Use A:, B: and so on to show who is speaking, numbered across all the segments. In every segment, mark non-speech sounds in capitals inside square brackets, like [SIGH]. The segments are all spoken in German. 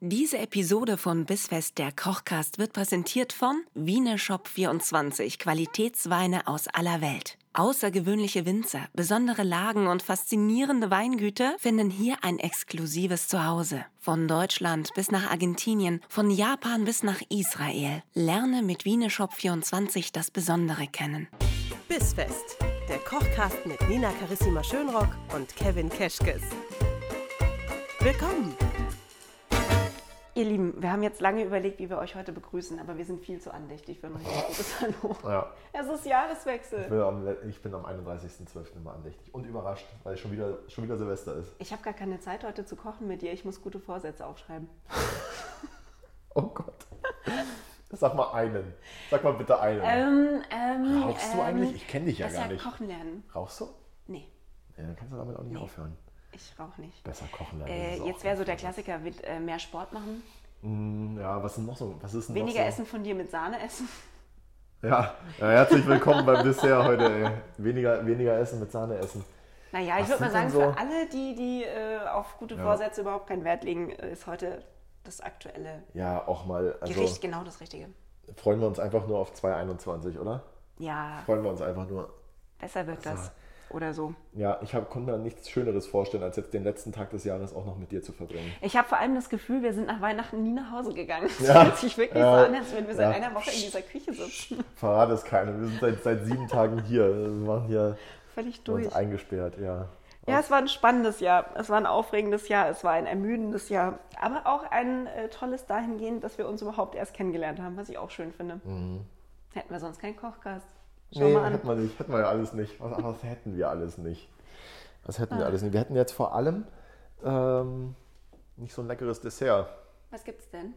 A: Diese Episode von Bissfest der Kochcast wird präsentiert von Wiener Shop 24, Qualitätsweine aus aller Welt. Außergewöhnliche Winzer, besondere Lagen und faszinierende Weingüter finden hier ein exklusives Zuhause. Von Deutschland bis nach Argentinien, von Japan bis nach Israel. Lerne mit Wiener Shop 24 das Besondere kennen.
B: Bissfest, der Kochcast mit Nina Carissima Schönrock und Kevin Keschkes. Willkommen!
A: Ihr Lieben, wir haben jetzt lange überlegt, wie wir euch heute begrüßen, aber wir sind viel zu andächtig für ein richtiges Hallo.
C: Ja.
A: Es ist Jahreswechsel.
C: Ich bin am, ich bin am 31.12. immer andächtig und überrascht, weil schon wieder, schon wieder Silvester ist.
A: Ich habe gar keine Zeit heute zu kochen mit dir. Ich muss gute Vorsätze aufschreiben.
C: Oh Gott. [LAUGHS] Sag mal einen. Sag mal bitte einen.
A: Ähm, ähm,
C: Rauchst du eigentlich? Ich kenn dich ja
A: besser
C: gar nicht.
A: kochen lernen.
C: Rauchst du?
A: Nee,
C: Ja, dann kannst du damit auch nicht aufhören.
A: ich rauche nicht.
C: Besser kochen lernen. das
A: Äh,
C: ist auch
A: jetzt wäre so der
C: nicht.
A: Klassiker mit äh, mehr Sport machen,
C: Ja, was ist denn noch so? Was ist denn
A: weniger
C: noch so?
A: Essen von dir mit Sahne essen. [LAUGHS]
C: Ja. ja, herzlich willkommen beim Dessert heute. Ey. Weniger, weniger Essen mit Sahne essen.
A: Naja, ich
C: Was
A: würde mal
C: sind
A: sagen,
C: denn
A: für
C: so-
A: alle, die, die äh, auf gute Vorsätze überhaupt keinen Wert legen, äh, ist heute das aktuelle
C: Ja, auch mal. Also
A: Gericht genau das Richtige.
C: freuen wir uns einfach nur auf 2,21, oder?
A: Ja,
C: Freuen wir uns einfach nur.
A: besser wird das. Oder so.
C: Ja, ich hab, konnte mir nichts Schöneres vorstellen, als jetzt den letzten Tag des Jahres auch noch mit dir zu verbringen.
A: Ich habe vor allem das Gefühl, wir sind nach Weihnachten nie nach Hause gegangen. [LAUGHS] Es
C: Ja.
A: fühlt sich wirklich
C: Ja.
A: so an, als würden wir seit
C: Ja.
A: einer Woche in dieser Küche sitzen.
C: Verrate es keinem. Wir sind seit, seit sieben Tagen hier. Wir waren hier
A: Völlig durch.
C: uns eingesperrt, ja.
A: Ja, es war ein spannendes Jahr. Es war ein aufregendes Jahr. Es war ein ermüdendes Jahr. Aber auch ein äh, tolles dahingehend, dass wir uns überhaupt erst kennengelernt haben, was ich auch schön finde. Hätten wir sonst keinen Kochgast. Schau
C: nee,
A: mal an.
C: hätten wir nicht. Hätten wir ja alles nicht. Was, was hätten wir alles nicht? Was hätten
A: Ah.
C: wir alles nicht? Wir hätten jetzt vor allem ähm, nicht so ein leckeres Dessert.
A: Was gibt's denn?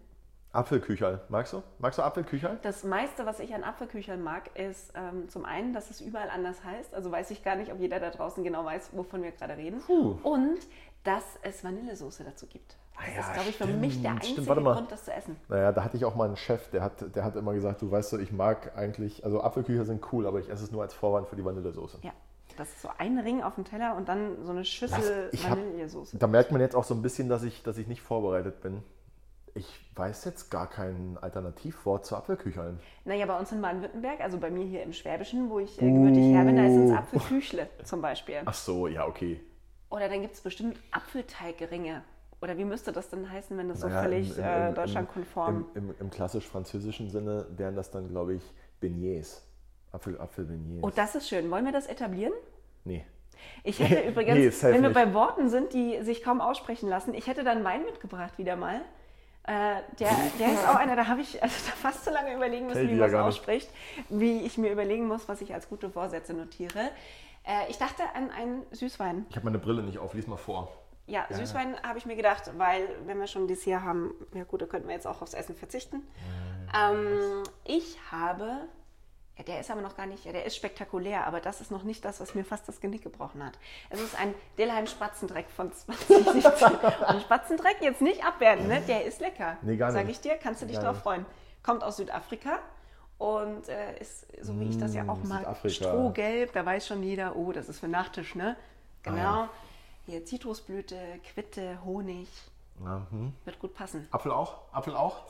C: Apfelkücherl. Magst du? Magst du Apfelkücherl?
A: Das meiste, was ich an Apfelküchern mag, ist ähm, zum einen, dass es überall anders heißt. Also weiß ich gar nicht, ob jeder da draußen genau weiß, wovon wir gerade reden.
C: Puh.
A: Und dass es Vanillesoße dazu gibt. Das
C: Ah ja,
A: ist, glaube ich, für
C: stimmt,
A: mich der
C: stimmt.
A: einzige
C: Warte mal.
A: Grund, das zu essen.
C: Naja, da hatte ich auch mal einen Chef, der hat, der hat immer gesagt, du weißt so, ich mag eigentlich, also Apfelkücher sind cool, aber ich esse es nur als Vorwand für die Vanillesoße.
A: Ja, das ist so ein Ring auf dem Teller und dann so eine Schüssel
C: Das- ich hab-
A: Vanillesoße.
C: Da merkt man jetzt auch so ein bisschen, dass ich, dass ich nicht vorbereitet bin. Ich weiß jetzt gar kein Alternativwort zu Apfelküchern.
A: Naja, bei uns in Baden-Württemberg, also bei mir hier im Schwäbischen, wo
C: Oh.
A: ich äh, gebürtig her bin, da ist es
C: Uh.
A: Apfelküchle zum Beispiel.
C: Ach so, ja, okay.
A: Oder dann gibt es bestimmt Apfelteigringe. Oder wie müsste das denn heißen, wenn das so
C: Naja,
A: völlig
C: im- im-
A: äh,
C: im-
A: deutschlandkonform
C: Im, im, im klassisch-französischen Sinne wären das dann, glaube ich, Beignets. Apfel, Apfel, Beignets.
A: Oh, das ist schön. Wollen wir das etablieren?
C: nee.
A: Ich hätte übrigens,
C: [LAUGHS] Nee, safe
A: wenn wir
C: nicht.
A: bei Worten sind, die sich kaum aussprechen lassen, ich hätte dann Wein mitgebracht wieder mal. Äh, der, der ist auch einer, da habe ich also da fast so lange überlegen müssen,
C: Fällt
A: wie
C: dir
A: man es
C: gar nicht.
A: ausspricht, wie ich mir überlegen muss, was ich als gute Vorsätze notiere. Äh, ich dachte an einen Süßwein.
C: Ich habe meine Brille nicht auf, lies mal vor.
A: Ja, Süßwein habe ich mir gedacht, weil wenn wir schon Dessert haben, ja gut, da könnten wir jetzt auch aufs Essen verzichten. Ähm, ich habe, ja, der ist aber noch gar nicht, ja, der ist spektakulär, aber das ist noch nicht das, was mir fast das Genick gebrochen hat. Es ist ein Dillheim Spatzendreck von [LAUGHS] 2017. Und Spatzendreck jetzt nicht abwerten, ne? Der ist lecker.
C: Nee, gar
A: Sag
C: nicht.
A: ich dir, kannst du dich
C: Gar
A: drauf
C: nicht.
A: freuen. Kommt aus Südafrika. Und äh, ist, so wie ich das ja auch
C: Mm,
A: mag,
C: Südafrika. Ah,
A: strohgelb, da weiß schon jeder, oh, das ist für Nachtisch, ne? Genau.
C: ja.
A: Hier Zitrusblüte, Quitte, Honig.
C: Ja, hm.
A: Wird gut passen.
C: Apfel auch? Apfel auch?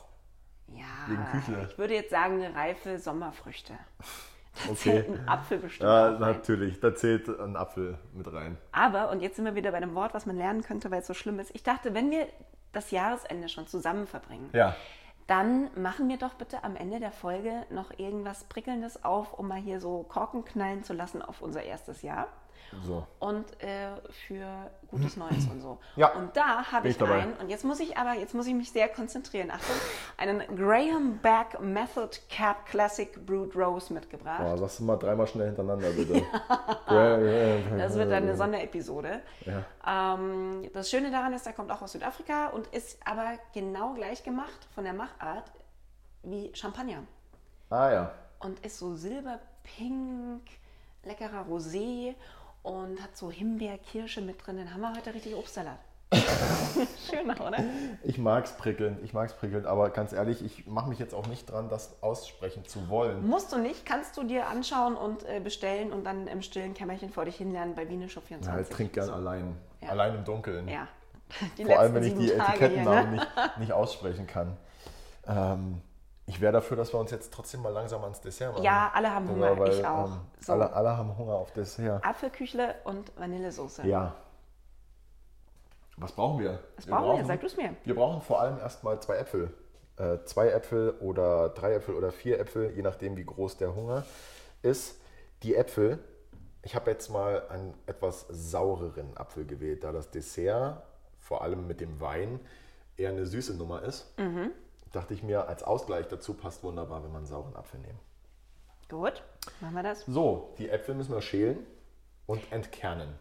C: Wegen
A: Ja,
C: Küche.
A: ich würde jetzt sagen, reife
C: [LAUGHS]
A: Sommerfrüchte. Da
C: Okay.
A: zählt ein Apfel bestimmt.
C: Ja,
A: auch rein.
C: natürlich. Da zählt ein Apfel mit rein.
A: Aber, und jetzt sind wir wieder bei einem Wort, was man lernen könnte, weil es so schlimm ist. Ich dachte, wenn wir das Jahresende schon zusammen verbringen,
C: Ja.
A: dann machen wir doch bitte am Ende der Folge noch irgendwas Prickelndes auf, um mal hier so Korken knallen zu lassen auf unser erstes Jahr.
C: So.
A: und äh, für gutes Neues und so.
C: Hm. Ja.
A: Und da habe
C: Bin
A: ich,
C: ich dabei.
A: einen, und jetzt muss ich aber, jetzt muss ich mich sehr konzentrieren, Achtung, einen Graham Back Method Cap Classic Brewed Rose mitgebracht.
C: Boah, sagst du mal dreimal schnell hintereinander,
A: [LAUGHS]
C: bitte.
A: Das wird dann eine Sonderepisode.
C: Ja.
A: Ähm, das Schöne daran ist, er kommt auch aus Südafrika und ist aber genau gleich gemacht von der Machart wie Champagner.
C: Ah ja.
A: und ist so silberpink, leckerer Rosé und hat so Himbeer, Kirsche mit drin. Dann haben wir heute richtig Obstsalat. [LAUGHS] Schön, oder?
C: Ich mag's prickelnd, ich mag's prickelnd, aber ganz ehrlich, ich mache mich jetzt auch nicht dran, das aussprechen zu wollen.
A: Musst du nicht, kannst du dir anschauen und äh, bestellen und dann im stillen Kämmerchen vor dich hinlernen bei Wiener Shop
C: Ja, ich
A: 24.
C: trink gern Halt, allein.
A: Ja.
C: Allein im Dunkeln.
A: Ja, [LAUGHS] Die
C: Vor allem, wenn ich
A: letzten
C: die
A: sieben Tage
C: Etikettennamen
A: hier, ne?
C: nicht, nicht aussprechen kann. Ähm, ich wäre dafür, dass wir uns jetzt trotzdem mal langsam ans Dessert machen.
A: Ja, alle haben Hunger,
C: Genau,
A: ich auch.
C: ähm,
A: So.
C: alle, alle haben Hunger auf Dessert.
A: Apfelküchle und Vanillesoße.
C: Ja. Was brauchen wir?
A: Was brauchen wir? Sag du's mir.
C: Wir brauchen vor allem erstmal zwei Äpfel. Äh, zwei Äpfel oder drei Äpfel oder vier Äpfel, je nachdem, wie groß der Hunger ist. Die Äpfel, ich habe jetzt mal einen etwas saureren Apfel gewählt, da das Dessert, vor allem mit dem Wein, eher eine süße Nummer ist.
A: Mhm.
C: Dachte ich mir, als Ausgleich dazu passt wunderbar, wenn man einen sauren Apfel nimmt.
A: Gut, machen wir das.
C: So, die Äpfel müssen wir schälen und entkernen.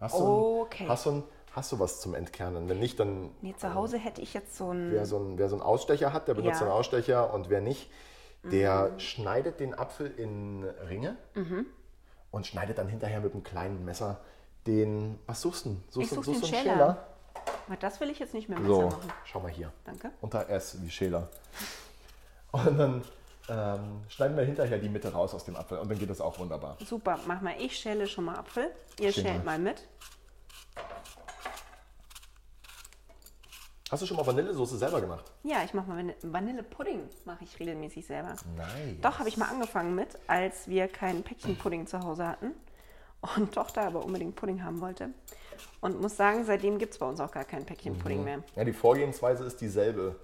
C: Hast du,
A: Okay.
C: ein, hast du, ein, hast du was zum Entkernen? Wenn nicht, dann
A: Nee, zu Hause hätte ich jetzt so ein.
C: wer so einen, wer so einen Ausstecher hat, der benutzt
A: Ja. Mhm.
C: einen Ausstecher und wer nicht, der schneidet den Apfel in Ringe und schneidet dann hinterher mit einem kleinen Messer den. Was suchst du? denn? Suchst,
A: Ich
C: du-
A: such
C: suchst
A: den
C: du einen
A: Schäler. Aber das will ich jetzt nicht mehr mit
C: So,
A: machen.
C: schau mal hier.
A: Danke.
C: Unter S wie Schäler. Und dann ähm, schneiden wir hinterher die Mitte raus aus dem Apfel und dann geht das auch wunderbar.
A: Super, mach mal. Ich schäle schon mal Apfel. Ihr
C: Schäl
A: schält mal mit.
C: Hast du schon mal Vanillesoße selber gemacht?
A: Ja, ich mache mal Vanille- Vanillepudding. Mache ich regelmäßig selber.
C: Nein.
A: Doch, habe ich mal angefangen mit, als wir keinen Päckchenpudding zu Hause hatten und [LAUGHS] Tochter aber unbedingt Pudding haben wollte. Und muss sagen, seitdem gibt es bei uns auch gar keinen Päckchenpudding mehr.
C: Ja, die Vorgehensweise ist dieselbe.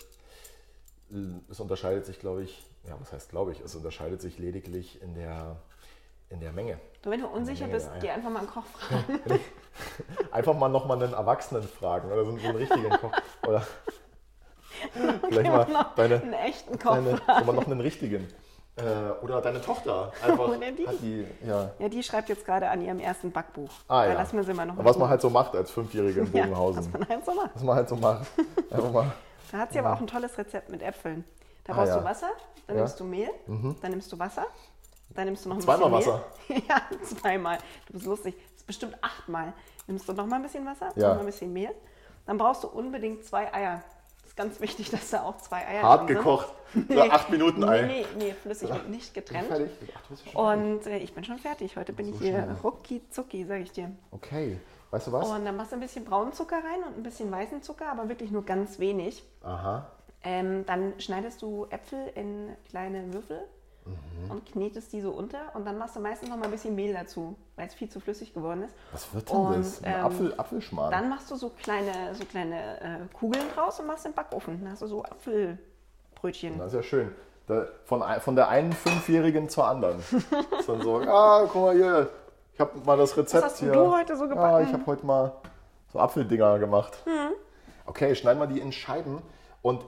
C: Äh, Es unterscheidet sich, glaube ich, ja, was heißt glaube ich, es unterscheidet sich lediglich in der, in der Menge.
A: Du, wenn du unsicher
C: Menge
A: bist,
C: dabei.
A: geh einfach mal einen
C: [LAUGHS]
A: Koch fragen.
C: Einfach mal nochmal einen Erwachsenen fragen oder so einen, so einen richtigen Koch.
A: [LAUGHS]
C: Oder vielleicht
A: Immer
C: mal
A: [LAUGHS] noch einen
C: deine,
A: echten Koch
C: deine
A: fragen.
C: aber noch einen richtigen. Äh, oder deine Tochter. Einfach
A: Oder die.
C: Hat die ja.
A: Ja, die schreibt jetzt gerade an ihrem ersten Backbuch.
C: Ah,
A: da
C: ja.
A: lassen wir sie mal noch.
C: Was man halt so macht als Fünfjährige in
A: ja,
C: Bogenhausen.
A: was man halt so macht.
C: was man halt so macht. Einfach mal.
A: Da hat sie aber auch ein tolles Rezept mit Äpfeln. Da
C: Ah,
A: brauchst du
C: ja.
A: Wasser, dann
C: Ja. Mhm.
A: nimmst du Mehl, dann nimmst du Wasser, dann nimmst du noch ein
C: Zweimal
A: bisschen Mehl. [LAUGHS] ja, zweimal. Du bist lustig. Das ist bestimmt achtmal. Nimmst du noch mal ein bisschen Wasser,
C: Ja.
A: noch mal ein bisschen Mehl. Dann brauchst du unbedingt zwei Eier. ist ganz wichtig, [LAUGHS] dass da auch zwei Eier
C: Hart
A: drin sind.
C: gekocht.
A: [LAUGHS]
C: Oder acht Minuten Ei.
A: Nee, nee, nee, flüssig und nicht getrennt.
C: Fertig. Ach, du bist schon
A: Und äh, ich bin schon fertig. Heute bin ich
C: schnell.
A: hier rucki zucki, sag ich dir.
C: Okay, weißt du was?
A: Und dann machst du ein bisschen braunen Zucker rein und ein bisschen weißen Zucker, aber wirklich nur ganz wenig.
C: Aha.
A: Ähm, dann schneidest du Äpfel in kleine Würfel
C: Mhm.
A: und knetest die so unter und dann machst du meistens noch mal ein bisschen Mehl dazu, weil es viel zu flüssig geworden ist.
C: Was wird denn das? Ein
A: ähm,
C: Apfel, Apfelschmarrn.
A: Dann machst du so kleine, so kleine äh, Kugeln draus und machst im Backofen. Dann hast du so Apfelbrötchen.
C: das ist ja schön. Da, von, ein- von der einen Fünfjährigen zur anderen. [LAUGHS] Ist dann so, ah, guck mal hier, ich habe mal das Rezept
A: hast denn
C: hier.
A: du heute so
C: Ah,
A: gebacken? Hm.
C: ich habe heute mal so Apfeldinger gemacht. Okay, schneiden wir die in Scheiben und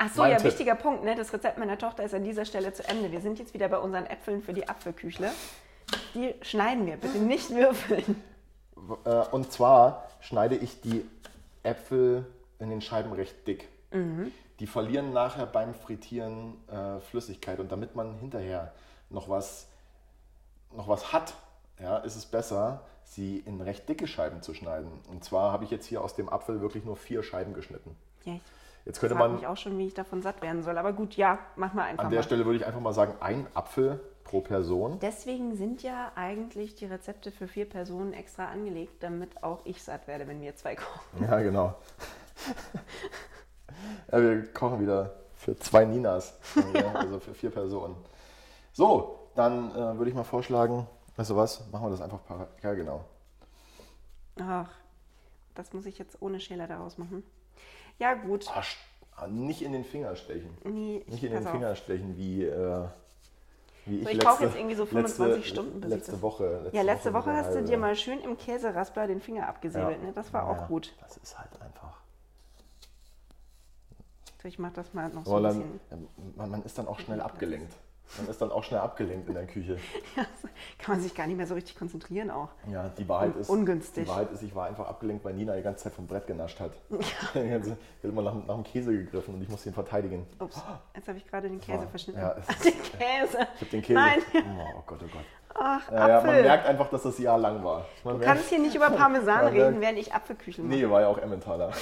A: Ach so,
C: Mein
A: ja,
C: Tipp.
A: wichtiger Punkt. Ne? Das Rezept meiner Tochter ist an dieser Stelle zu Ende. Wir sind jetzt wieder bei unseren Äpfeln für die Apfelküchle. Die schneiden wir, bitte nicht würfeln.
C: Äh, und zwar schneide ich die Äpfel in den Scheiben recht dick.
A: Mhm.
C: Die verlieren nachher beim Frittieren äh, Flüssigkeit. Und damit man hinterher noch was, noch was hat, ja, ist es besser, sie in recht dicke Scheiben zu schneiden. Und zwar habe ich jetzt hier aus dem Apfel wirklich nur vier Scheiben geschnitten.
A: Ja, ich
C: Jetzt könnte
A: frage
C: man
A: mich auch schon, wie ich davon satt werden soll. Aber gut, ja, mach mal einfach
C: an der
A: mal.
C: Stelle, würde ich einfach mal sagen, ein Apfel pro Person.
A: Deswegen sind ja eigentlich die Rezepte für vier Personen extra angelegt, damit auch ich satt werde, wenn wir zwei kochen.
C: Ja, genau. [LAUGHS] ja, wir kochen wieder für zwei Ninas, also für vier Personen. So, dann äh, würde ich mal vorschlagen, weißt du was, machen wir das einfach parallel. Ja, genau.
A: Ach, das muss ich jetzt ohne Schäler daraus machen. Ja, gut.
C: Ah, sch- ah, nicht in den Finger stechen.
A: Nee,
C: Nicht in
A: pass
C: den
A: auf.
C: Finger stechen, wie, äh, wie ich,
A: So, ich brauch
C: letzte,
A: jetzt irgendwie so
C: letzte,
A: 25 Stunden, bis ich
C: letzte
A: das-
C: Woche.
A: Ja, letzte
C: mit
A: Woche
C: der
A: hast du
C: Halbe.
A: dir mal schön im Käseraspler den Finger
C: Ja.
A: abgesäbelt. Ne? Das war
C: Ja,
A: auch gut.
C: Das ist halt einfach.
A: So, Ich mach das mal noch so
C: Aber
A: ein
C: dann, ähm,
A: bisschen.
C: man, man ist dann auch schnell abgelenkt. Man ist dann auch schnell abgelenkt in der Küche.
A: [LAUGHS] Ja, so kann man sich gar nicht mehr so richtig konzentrieren auch.
C: Ja, die Wahrheit
A: Un-
C: ist.
A: ungünstig.
C: Die Wahrheit ist, ich war einfach abgelenkt, weil Nina die ganze Zeit vom Brett genascht hat. Ja. [LAUGHS] Die ganze, die hat immer nach, nach dem Käse gegriffen und ich musste ihn verteidigen.
A: Ups, jetzt habe ich gerade den Käse
C: war-
A: verschnitten.
C: Oh, ja, es
A: [LAUGHS] Ach,
C: ist-
A: den Käse.
C: Ich hab den Käse.
A: Nein.
C: [LAUGHS]
A: [LAUGHS]
C: Oh, oh Gott, oh Gott.
A: Ach,
C: Ja, ja,
A: Apfel.
C: man merkt einfach, dass das Jahr lang war. Man
A: du
C: merkt-
A: kannst hier nicht
C: [LAUGHS]
A: über Parmesan
C: Man merkt-
A: reden,
C: [LAUGHS]
A: während ich Apfelküchen mache.
C: Nee, war ja auch Emmentaler.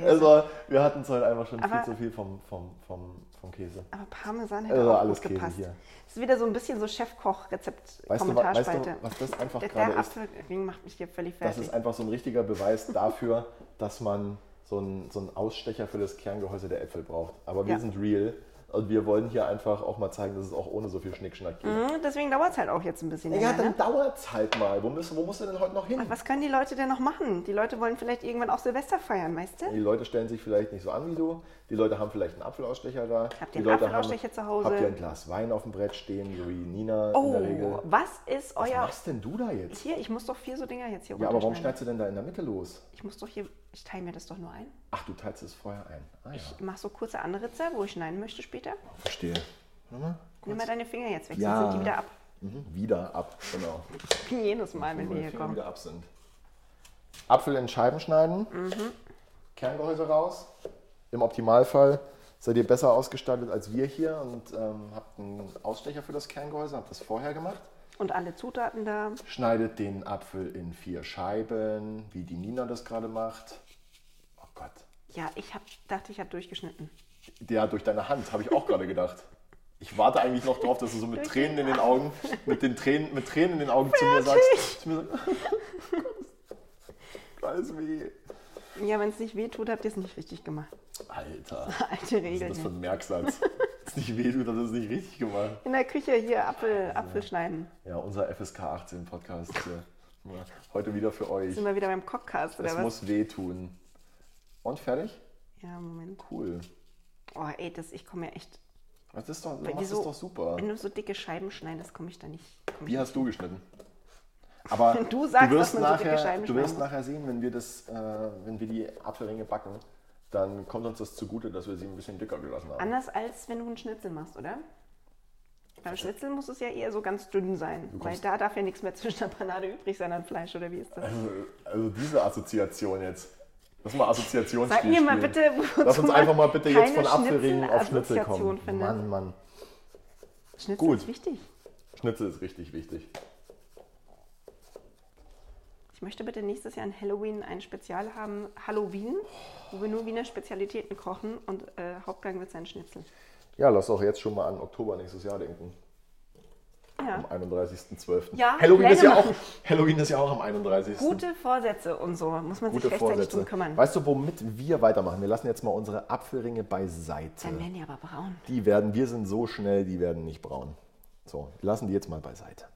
C: Es war, Also, wir hatten es heute einfach schon
A: Aber-
C: viel zu viel vom, vom, vom, vom Käse.
A: Aber Parmesan hätte
C: Also
A: auch
C: alles
A: alles
C: Käse
A: gut gepasst.
C: hier.
A: Das ist wieder so ein bisschen so Chefkoch-Rezept
C: Weißt du, wa- weißt
A: Kommentarspalte.
C: du, was das einfach
A: der
C: gerade
A: der
C: ist?
A: Apfelring macht mich hier völlig
C: Das
A: fertig.
C: ist einfach so ein richtiger Beweis dafür, [LAUGHS] dass man so einen, so einen Ausstecher für das Kerngehäuse der Äpfel braucht. Aber wir
A: Ja.
C: sind real und wir wollen hier einfach auch mal zeigen, dass es auch ohne so viel Schnickschnack geht.
A: Hm, Deswegen dauert es halt auch jetzt ein bisschen
C: Ja,
A: länger.
C: dann
A: Ne?
C: dauert es halt mal. Wo, müssen, wo musst du denn heute noch hin?
A: Was können die Leute denn noch machen? Die Leute wollen vielleicht irgendwann auch Silvester feiern, weißt du?
C: Die Leute stellen sich vielleicht nicht so an wie du. Die Leute haben vielleicht einen Apfelausstecher da.
A: Habt
C: die
A: ihr einen
C: Leute
A: Apfelausstecher
C: haben,
A: zu Hause?
C: Habt ihr ein Glas Wein auf dem Brett stehen, so wie Nina in der
A: Oh,
C: Regel?
A: was ist
C: Was
A: euer.
C: machst denn du da jetzt?
A: Hier, ich muss doch vier so Dinger jetzt hier
C: Ja, aber warum
A: runterschneiden.
C: schneidest du denn da in der Mitte los?
A: Ich muss doch hier. Ich teile mir das doch nur ein.
C: Ach, du teilst es vorher ein. Ah ja,
A: Ich mache so kurze Anritzer, wo ich schneiden möchte später.
C: verstehe. Warte mal.
A: Nimm mal deine Finger jetzt weg,
C: Ja.
A: sonst sind die wieder ab.
C: Mhm. Wieder ab, genau.
A: Wie jedes Mal, wenn
C: Wo
A: wir
C: die
A: hier
C: Finger
A: kommen.
C: wieder ab sind. Apfel in Scheiben schneiden,
A: Mhm.
C: Kerngehäuse raus. Im Optimalfall seid ihr besser ausgestattet als wir hier und ähm, habt einen Ausstecher für das Kerngehäuse, habt das vorher gemacht.
A: Und alle Zutaten da.
C: Schneidet den Apfel in vier Scheiben, wie die Nina das gerade macht. Oh Gott.
A: Ja, ich hab, dachte, ich habe durchgeschnitten.
C: Ja, durch deine Hand, habe ich auch gerade gedacht. Ich warte eigentlich noch drauf, dass du so mit
A: Durch
C: Tränen in den Augen, mit den Tränen, mit Tränen in den Augen zu mir sagst. Zu mir sagst [LAUGHS] Alles weh.
A: Ja, wenn es nicht weh tut, habt ihr es nicht richtig gemacht. [LAUGHS]
C: Alter.
A: Alte ne?
C: Was ist
A: Regeln.
C: das für
A: hier. [LAUGHS]
C: ein Merksatz? Das ist nicht weh, du hast es nicht richtig gemacht.
A: In der Küche hier Apfel, Apfel schneiden.
C: Ja, unser FSK 18 Podcast. hier. Ja, Heute wieder für euch.
A: Sind wir wieder beim Cockcast oder
C: Es
A: was?
C: muss wehtun. Und fertig?
A: ja, Moment.
C: Cool.
A: Oh, ey, das, ich komme ja echt.
C: Das ist doch, du
A: Wenn die
C: machst
A: so-
C: das doch super.
A: Wenn du so dicke Scheiben schneidest, komme ich da nicht. Komm ich
C: Wie hast du geschnitten? Aber
A: Wenn [LAUGHS] du sagst,
C: wirst
A: dass man so dicke
C: nachher,
A: Scheiben
C: du wirst
A: schneiden muss.
C: nachher sehen, wenn wir, das, äh, wenn wir die Apfelringe backen, dann kommt uns das zugute, dass wir sie ein bisschen dicker gelassen haben.
A: Anders als wenn du einen Schnitzel machst, oder? Beim Schnitzel muss es ja eher so ganz dünn sein, weil
C: kommst-
A: da darf ja nichts mehr zwischen der Panade übrig sein an Fleisch, oder wie ist das?
C: Also, also diese Assoziation jetzt. Lass mal Assoziationsspiel
A: Sag mir mal
C: spielen.
A: bitte, wozu
C: Lass uns einfach mal
A: man
C: bitte jetzt von
A: keine
C: Apfelringen auf Schnitzel
A: Schnitzelassoziation
C: kommen.
A: findet.
C: Mann, Mann.
A: Schnitzel
C: Gut.
A: ist wichtig.
C: Schnitzel ist richtig wichtig.
A: Ich möchte bitte nächstes Jahr an Halloween ein Spezial haben, Halloween, wo wir nur Wiener Spezialitäten kochen und äh, Hauptgang wird sein Schnitzel.
C: Ja, lass doch jetzt schon mal an Oktober nächstes Jahr denken. Am
A: Ja.
C: 31.12.
A: Ja,
C: Halloween,
A: Pläne
C: ist ja auch,
A: machen.
C: Halloween ist ja auch am 31.
A: Gute Vorsätze und so, muss man
C: Gute
A: sich rechtzeitig
C: Vorsätze.
A: drum kümmern.
C: Weißt du, womit wir weitermachen? Wir lassen jetzt mal unsere Apfelringe beiseite.
A: Dann werden die aber braun.
C: Die werden, wir sind so schnell, die werden nicht braun. So, wir lassen die jetzt mal beiseite.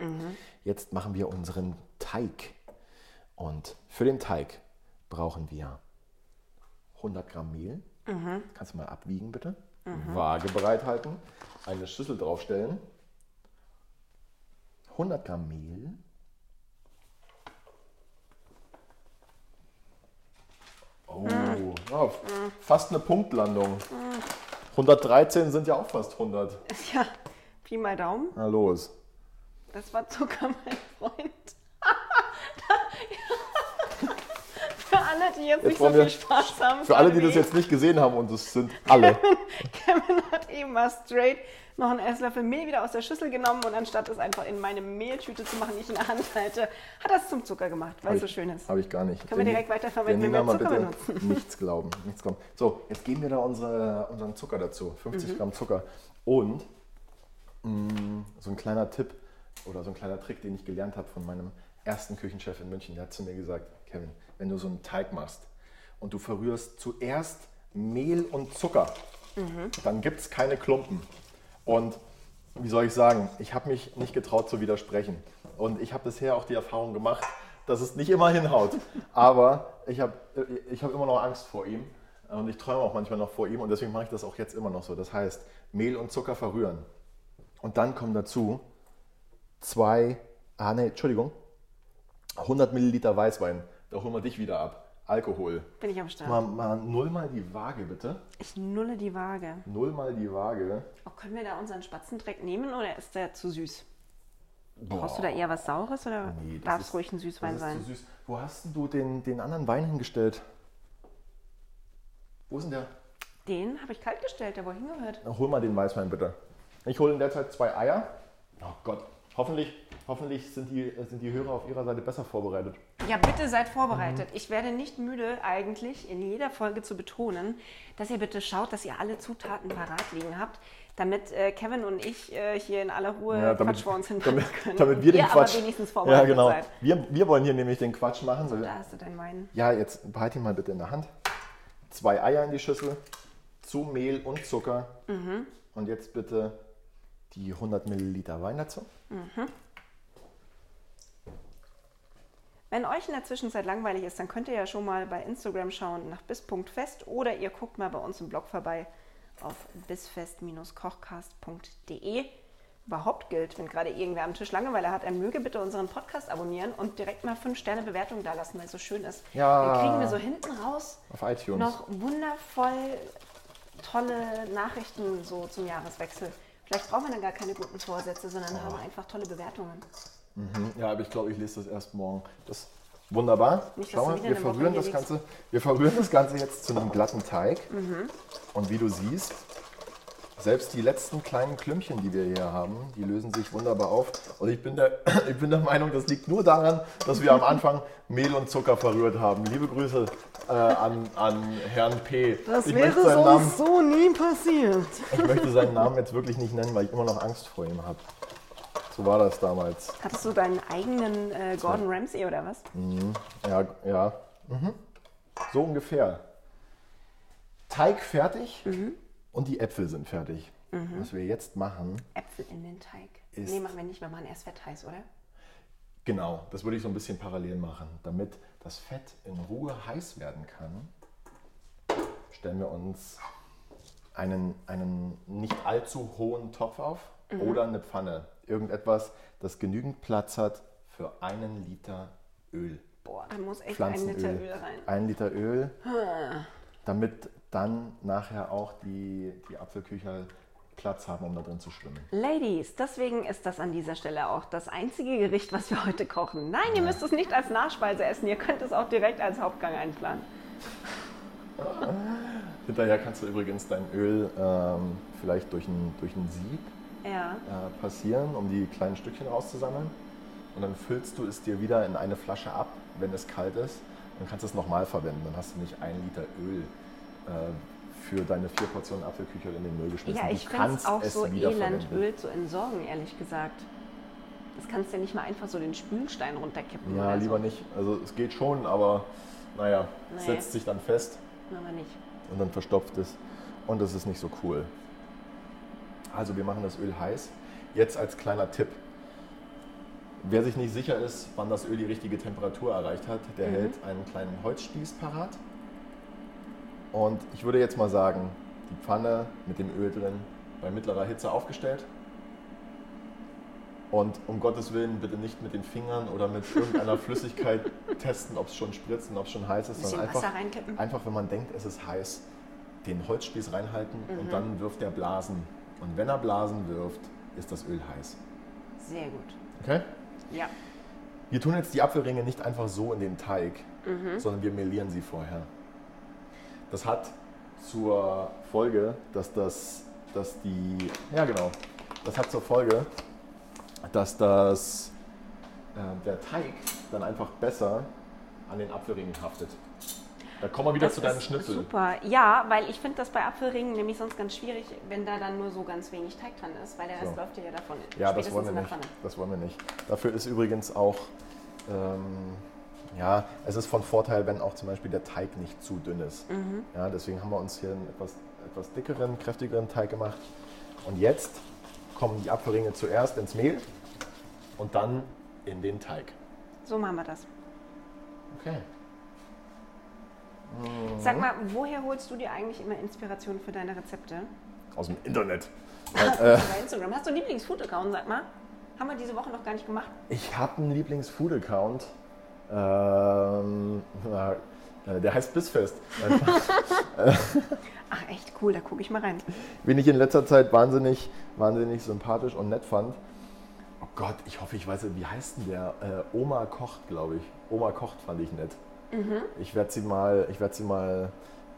C: Jetzt machen wir unseren Teig. Und für den Teig brauchen wir 100 Gramm Mehl. Kannst du mal abwiegen, bitte? Waage bereithalten. Eine Schüssel draufstellen. 100 Gramm Mehl. Oh, ja, fast eine Punktlandung. 113 sind ja auch fast 100.
A: Ja, Pi mal Daumen.
C: Na los.
A: Das war Zucker, mein Freund. [LAUGHS] Für alle, die jetzt, nicht so
C: wollen wir-
A: viel Spaß haben.
C: Für alle, die
A: sorry.
C: das jetzt nicht gesehen haben, und es sind
A: [LAUGHS]
C: alle.
A: Kevin hat eben mal straight noch einen Esslöffel Mehl wieder aus der Schüssel genommen und anstatt es einfach in meine Mehltüte zu machen, die ich in der Hand halte, hat er es zum Zucker gemacht, weil es so schön ist.
C: Habe ich gar nicht.
A: Können wir
C: Den-
A: direkt weiterverwenden,
C: den
A: wenn wir
C: Namen
A: Zucker
C: bitte [LAUGHS] Nichts glauben, nichts glauben. So, jetzt geben wir da unsere, unseren Zucker dazu. 50
A: Mhm.
C: Gramm Zucker. Und mh, so ein kleiner Tipp oder so ein kleiner Trick, den ich gelernt habe von meinem ersten Küchenchef in München. Der hat zu mir gesagt, Kevin, wenn du so einen Teig machst und du verrührst zuerst Mehl und Zucker, dann gibt es keine Klumpen. Und wie soll ich sagen, ich habe mich nicht getraut zu widersprechen. Und ich habe bisher auch die Erfahrung gemacht, dass es nicht immer hinhaut. Aber ich habe äh, ich hab immer noch Angst vor ihm. Und ich träume auch manchmal noch vor ihm. Und deswegen mache ich das auch jetzt immer noch so. Das heißt, Mehl und Zucker verrühren. Und dann kommen dazu zwei, ah ne, Entschuldigung, 100 Milliliter Weißwein. Da holen wir dich wieder ab. Alkohol.
A: Bin ich am Start.
C: Mal, mal null mal die Waage, bitte.
A: Ich nulle die Waage.
C: Null mal die Waage.
A: Oh, können wir da unseren Spatzendreck nehmen oder ist der zu süß? Brauchst du da eher was Saures oder
C: Nee, das
A: darf
C: ist-
A: es ruhig ein Süßwein
C: das ist
A: sein?
C: zu süß. Wo hast denn du den, den anderen Wein hingestellt? Wo ist denn der?
A: Den habe ich kalt gestellt, der wohl hingehört.
C: Na, hol mal den Weißwein bitte. Ich hole in der Zeit zwei Eier. Oh Gott, hoffentlich Hoffentlich sind die, äh, sind die Hörer auf ihrer Seite besser vorbereitet.
A: Ja, bitte seid vorbereitet.
C: Mhm.
A: Ich werde nicht müde, eigentlich in jeder Folge zu betonen, dass ihr bitte schaut, dass ihr alle Zutaten parat liegen habt, damit äh, Kevin und ich äh, hier in aller Ruhe
C: Ja,
A: Quatsch
C: [LAUGHS]
A: vor uns hin
C: damit,
A: können.
C: damit wir den
A: ihr
C: Quatsch.
A: aber wenigstens vorbereitet
C: ja, genau.
A: seid.
C: Wir, wir wollen hier nämlich den Quatsch machen. weil-
A: Da hast du deinen Wein.
C: Ja, jetzt behalte ihn mal bitte in der Hand. Zwei Eier in die Schüssel, zu Mehl und Zucker.
A: Mhm.
C: Und jetzt bitte die 100 Milliliter Wein dazu.
A: Wenn euch in der Zwischenzeit langweilig ist, dann könnt ihr ja schon mal bei Instagram schauen nach bis.fest oder ihr guckt mal bei uns im Blog vorbei auf bisfest-kochcast.de. Überhaupt gilt, wenn gerade irgendwer am Tisch Langeweile hat, er möge bitte unseren Podcast abonnieren und direkt mal 5 Sterne Bewertung da lassen, weil es so schön ist.
C: Ja.
A: Dann kriegen wir so hinten raus
C: Auf iTunes.
A: noch wundervoll tolle Nachrichten so zum Jahreswechsel. Vielleicht brauchen wir dann gar keine guten Vorsätze,
C: Oh.
A: sondern haben einfach tolle Bewertungen.
C: Ja, aber ich glaube, ich lese das erst morgen. Das wunderbar.
A: Nicht, dass
C: Schau
A: du
C: mal,
A: wieder
C: wir
A: eine Woche
C: verrühren,
A: hier
C: das
A: liegst. Mhm.
C: Ganze, wir verrühren das Ganze jetzt zu einem glatten Teig. Und wie du siehst, selbst die letzten kleinen Klümpchen, die wir hier haben, die lösen sich wunderbar auf. Und ich bin der, [COUGHS] ich bin der Meinung, das liegt nur daran, dass wir am Anfang Mehl und Zucker verrührt haben. Liebe Grüße äh, an, an Herrn P. ich, möchte seinen Namen,
A: so nie passiert.
C: ich möchte seinen Namen jetzt wirklich nicht nennen, weil ich immer noch Angst vor ihm habe. So war das damals.
A: Hattest du deinen eigenen äh, Gordon Ramsay oder was?
C: Hm. Ja, ja. Mhm. So ungefähr. Teig fertig und die Äpfel sind fertig. Was wir jetzt machen,
A: Äpfel in den Teig.
C: Ist-
A: nee, machen wir nicht, wir machen erst Fettheiß, oder?
C: genau, das würde ich so ein bisschen parallel machen. Damit das Fett in Ruhe heiß werden kann, stellen wir uns einen, einen nicht allzu hohen Topf auf oder eine Pfanne. Irgendetwas, das genügend Platz hat für einen Liter Öl.
A: Boah, da muss echt ein
C: Pflanzenöl.
A: Liter Öl rein. Ah.
C: Ein Liter Öl, damit dann nachher auch die, die Apfelküchel Platz haben, um da drin zu schwimmen.
A: Ladies, deswegen ist das an dieser Stelle auch das einzige Gericht, was wir heute kochen. Nein, ihr müsst es nicht als Nachspeise essen, ihr könnt es auch direkt als Hauptgang einplanen.
C: Hinterher kannst du übrigens dein Öl ähm, vielleicht durch ein, durch ein Sieb
A: Ja.
C: äh, passieren, um die kleinen Stückchen rauszusammeln. Und dann füllst du es dir wieder in eine Flasche ab, wenn es kalt ist. Dann kannst du es nochmal verwenden. Dann hast du nicht ein Liter Öl äh, für deine vier Portionen Apfelküchel in den Müll geschmissen.
A: Ja,
C: Also Du
A: ich finde es
C: kannst
A: auch so elend,
C: wiederverwenden.
A: Öl zu entsorgen, ehrlich gesagt. Das kannst du ja nicht mal einfach so den Spülstein runterkippen.
C: Ja,
A: oder
C: lieber
A: so.
C: nicht. Also es geht schon, aber naja, es
A: Nee.
C: setzt sich dann fest
A: Aber nicht.
C: und dann verstopft es. Und das ist nicht so cool. Also wir machen das Öl heiß. Jetzt als kleiner Tipp. Wer sich nicht sicher ist, wann das Öl die richtige Temperatur erreicht hat, der
A: Mhm.
C: hält einen kleinen Holzspieß parat. Und ich würde jetzt mal sagen, die Pfanne mit dem Öl drin bei mittlerer Hitze aufgestellt. Und um Gottes Willen bitte nicht mit den Fingern oder mit
A: [LAUGHS]
C: irgendeiner Flüssigkeit testen, ob es schon spritzt und ob es schon heiß ist, sondern
A: Bisschen
C: einfach,
A: Wasser reinkippen.
C: einfach, wenn man denkt, es ist heiß, den Holzspieß reinhalten und
A: Mhm.
C: dann wirft er Blasen. Und wenn er Blasen wirft, ist das Öl heiß.
A: Sehr gut.
C: Okay?
A: Ja.
C: Wir tun jetzt die Apfelringe nicht einfach so in den Teig,
A: Mhm.
C: sondern wir melieren sie vorher. Das hat zur Folge, dass das, dass die, ja genau, das hat zur Folge, dass das, äh, der Teig dann einfach besser an den Apfelringen haftet. Da kommen wir wieder zu deinem
A: ist
C: Schnitzel.
A: Super. Ja, weil ich finde das bei Apfelringen nämlich sonst ganz schwierig, wenn da dann nur so ganz wenig Teig dran ist, weil der Rest
C: So.
A: läuft dir ja davon.
C: Ja, das
A: spätestens
C: wollen wir
A: in der
C: nicht.
A: Pfanne.
C: Das wollen wir nicht. Dafür ist übrigens auch, ähm, ja, es ist von Vorteil, wenn auch zum Beispiel der Teig nicht zu dünn ist.
A: Mhm.
C: Ja, deswegen haben wir uns hier einen etwas, etwas dickeren, kräftigeren Teig gemacht. Und jetzt kommen die Apfelringe zuerst ins Mehl und dann in den Teig.
A: So machen wir das.
C: Mhm. Okay.
A: Sag mal, woher holst du dir eigentlich immer Inspiration für deine Rezepte?
C: Aus dem Internet. Äh.
A: Bei Instagram. Hast du einen Lieblingsfood-Account, sag mal? Haben wir diese Woche noch gar nicht gemacht.
C: Ich habe einen Lieblings-Food-Account. Ähm, na, äh, der heißt Bissfest. Äh, Nein,
A: Ach, Ah, echt cool, da gucke ich mal rein.
C: wen ich in letzter Zeit wahnsinnig, wahnsinnig sympathisch und nett fand. Oh Gott, ich hoffe, ich weiß, nicht, wie heißt denn der? Äh, Oma kocht, glaube ich. Oma kocht fand ich nett.
A: Mhm.
C: Ich werde sie mal, ich werde sie mal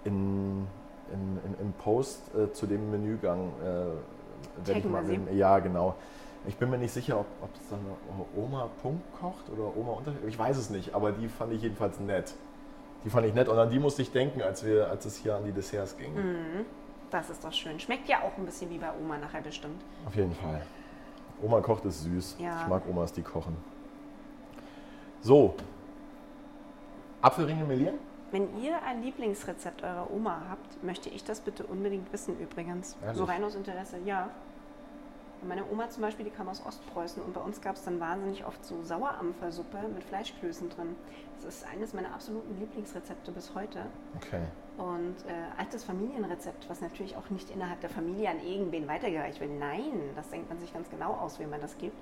C: in, in, in, im Post äh, zu dem Menügang äh, werd ich
A: Taggen
C: mal,
A: wir sie.
C: ja genau, Ich bin mir nicht sicher, ob ob es dann oh, Oma Punkt kocht oder Oma Unter. Ich weiß es nicht, aber die fand ich jedenfalls nett. Die fand ich nett und an die musste ich denken, als, wir, als es hier an die Desserts ging.
A: Das ist doch schön. Schmeckt ja auch ein bisschen wie bei Oma nachher bestimmt.
C: Auf jeden Fall. Oma kocht ist süß.
A: Ja.
C: Ich mag Omas, die kochen. So. Apfelringe melieren?
A: Wenn ihr ein Lieblingsrezept eurer Oma habt, möchte ich das bitte unbedingt wissen übrigens.
C: Ehrlich?
A: So rein aus Interesse, ja. Meine Oma zum Beispiel, die kam aus Ostpreußen und bei uns gab es dann wahnsinnig oft so Sauerampfersuppe mit Fleischklößen drin. Das ist eines meiner absoluten Lieblingsrezepte bis heute.
C: Okay.
A: Und äh, altes Familienrezept, was natürlich auch nicht innerhalb der Familie an irgendwen weitergereicht wird. Nein, das denkt man sich ganz genau aus, wem man das gibt.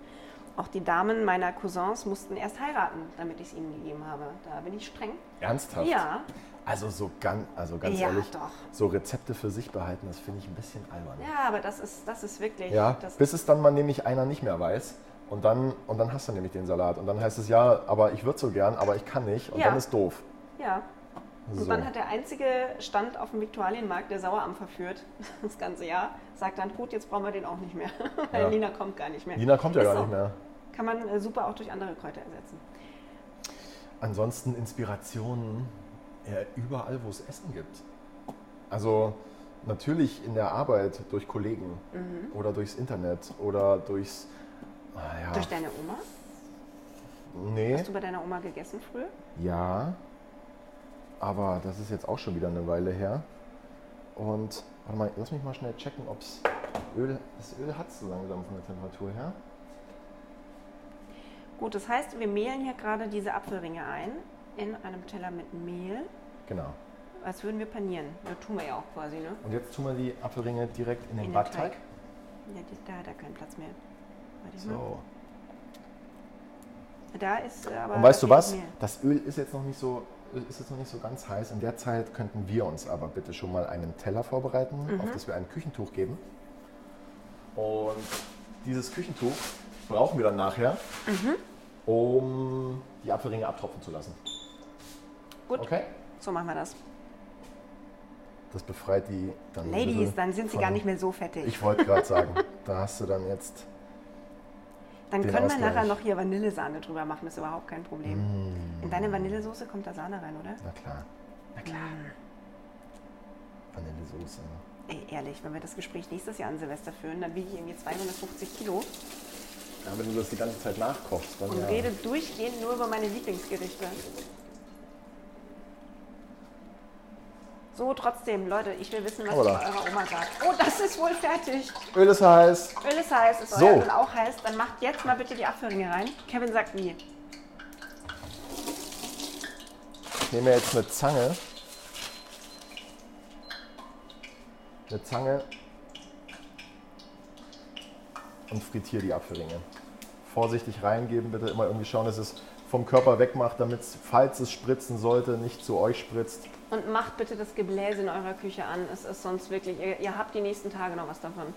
A: Auch die Damen meiner Cousins mussten erst heiraten, damit ich es ihnen gegeben habe. Da bin ich streng.
C: Ernsthaft?
A: Ja,
C: Also so ganz, also ganz
A: Ja,
C: ehrlich,
A: doch.
C: so Rezepte für sich behalten, das finde ich ein bisschen albern.
A: ja, aber das ist, das ist wirklich.
C: Ja,
A: das
C: bis es dann mal nämlich einer nicht mehr weiß. Und dann, und dann hast du nämlich den Salat. Und dann heißt es, ja, aber ich würde so gern, aber ich kann nicht. Und
A: Ja.
C: dann ist doof.
A: ja. Und
C: So.
A: dann hat der einzige Stand auf dem Viktualienmarkt, der Sauerampfer führt, [LAUGHS] das ganze Jahr, sagt dann, gut, jetzt brauchen wir den auch nicht mehr. [LAUGHS] Weil
C: Ja.
A: Nina kommt gar nicht mehr.
C: Nina kommt ja
A: Ist
C: gar
A: so.
C: nicht mehr.
A: Kann man äh, super auch durch andere Kräuter ersetzen.
C: Ansonsten Inspirationen ja, überall, wo es Essen gibt. Also natürlich in der Arbeit durch Kollegen
A: Mhm.
C: oder durchs Internet oder durchs. ah Ja,
A: Durch deine Oma?
C: nee,
A: Hast du bei deiner Oma gegessen früher?
C: ja. Aber das ist jetzt auch schon wieder eine Weile her. Und warte mal, lass mich mal schnell checken, ob's Öl. Das Öl hat so langsam von der Temperatur her.
A: Gut, das heißt, wir mehlen hier gerade diese Apfelringe ein in einem Teller mit Mehl,
C: Genau.
A: als würden wir panieren. Ja, tun wir ja auch quasi, ne?
C: Und jetzt tun wir die Apfelringe direkt in den
A: In den
C: Backteig.
A: Teig. Ja, die, da hat er keinen Platz mehr. Warte
C: So.
A: mal. Da ist äh, aber.
C: Und weißt du
A: da
C: was?
A: fehlt Mehl.
C: Das Öl ist jetzt noch nicht so ist jetzt noch nicht so ganz heiß. In der Zeit könnten wir uns aber bitte schon mal einen Teller vorbereiten,
A: Mhm.
C: auf das wir ein Küchentuch geben. Und dieses Küchentuch brauchen wir dann nachher,
A: Mhm.
C: um die Apfelringe abtropfen zu lassen.
A: Gut,
C: Okay?
A: so machen wir das.
C: Das befreit die dann. ein
A: Ladies,
C: bisschen
A: dann sind sie
C: von-
A: gar nicht mehr so fettig.
C: Ich wollte gerade sagen, da hast du dann jetzt.
A: dann
C: den
A: können wir nachher
C: Ausgleich.
A: noch hier Vanillesahne drüber machen, ist überhaupt kein Problem.
C: Mm.
A: In deine Vanillesoße kommt da Sahne rein, oder?
C: Na klar,
A: Na klar.
C: Vanillesoße.
A: Ey, ehrlich, wenn wir das Gespräch nächstes Jahr an Silvester führen, dann wiege ich irgendwie 250 Kilo
C: Ja, wenn du das die ganze Zeit nachkochst, dann.
A: und
C: ja.
A: rede durchgehend nur über meine Lieblingsgerichte. So, trotzdem, Leute, ich will wissen, was ihr
C: Oder?
A: eurer Oma sagt. Oh, das ist wohl fertig.
C: Öl ist heiß.
A: Öl ist heiß, ist
C: So.
A: euer Öl auch heiß. Dann macht jetzt mal bitte die Apfelringe rein. Kevin sagt nie.
C: Ich nehme jetzt eine Zange. Eine Zange. Und frittiere die Apfelringe. Vorsichtig reingeben, bitte immer irgendwie schauen, dass es vom Körper wegmacht, damit es, falls es spritzen sollte, nicht zu euch spritzt.
A: Und macht bitte das Gebläse in eurer Küche an. Es ist sonst wirklich, ihr, ihr habt die nächsten Tage noch was davon.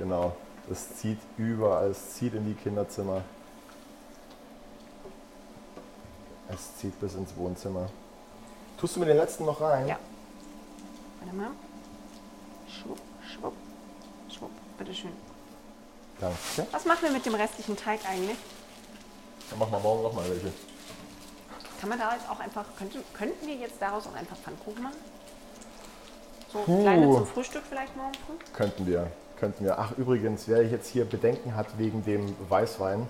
C: Genau. Es zieht überall, es zieht in die Kinderzimmer. Es zieht bis ins Wohnzimmer. Tust du mir den letzten noch rein?
A: Ja. Warte mal. Schwupp, schwupp, schwupp. Bitteschön.
C: Danke.
A: Was machen wir mit dem restlichen Teig eigentlich?
C: Dann machen wir morgen nochmal welche.
A: Kann man da jetzt auch einfach, könnte, könnten wir jetzt daraus auch einfach Pfannkuchen machen? So kleine zum Frühstück vielleicht morgen früh?
C: Könnten wir, könnten wir. Ach übrigens, wer jetzt hier Bedenken hat wegen dem Weißwein,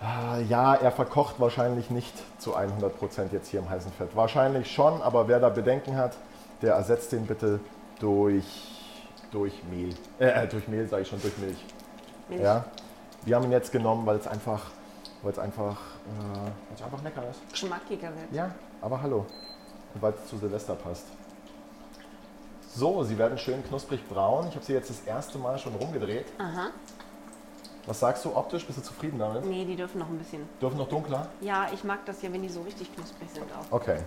C: ah, ja, er verkocht wahrscheinlich nicht zu 100 Prozent jetzt hier im heißen Fett. Wahrscheinlich schon, aber wer da Bedenken hat, der ersetzt den bitte durch, durch Mehl. Äh, äh, durch Mehl sage ich schon, durch Milch.
A: Milch.
C: Ja, wir haben ihn jetzt genommen, weil es einfach, weil es einfach, äh, weil es einfach lecker ist.
A: Geschmackiger wird.
C: Ja, aber hallo. Und weil es zu Silvester passt. So, sie werden schön knusprig braun. Ich habe sie jetzt das erste Mal schon rumgedreht.
A: Aha.
C: Was sagst du optisch? Bist du zufrieden damit?
A: Nee, die dürfen noch ein bisschen.
C: Dürfen noch dunkler?
A: Ja, ich mag das ja, wenn die so richtig knusprig sind auch.
C: Okay.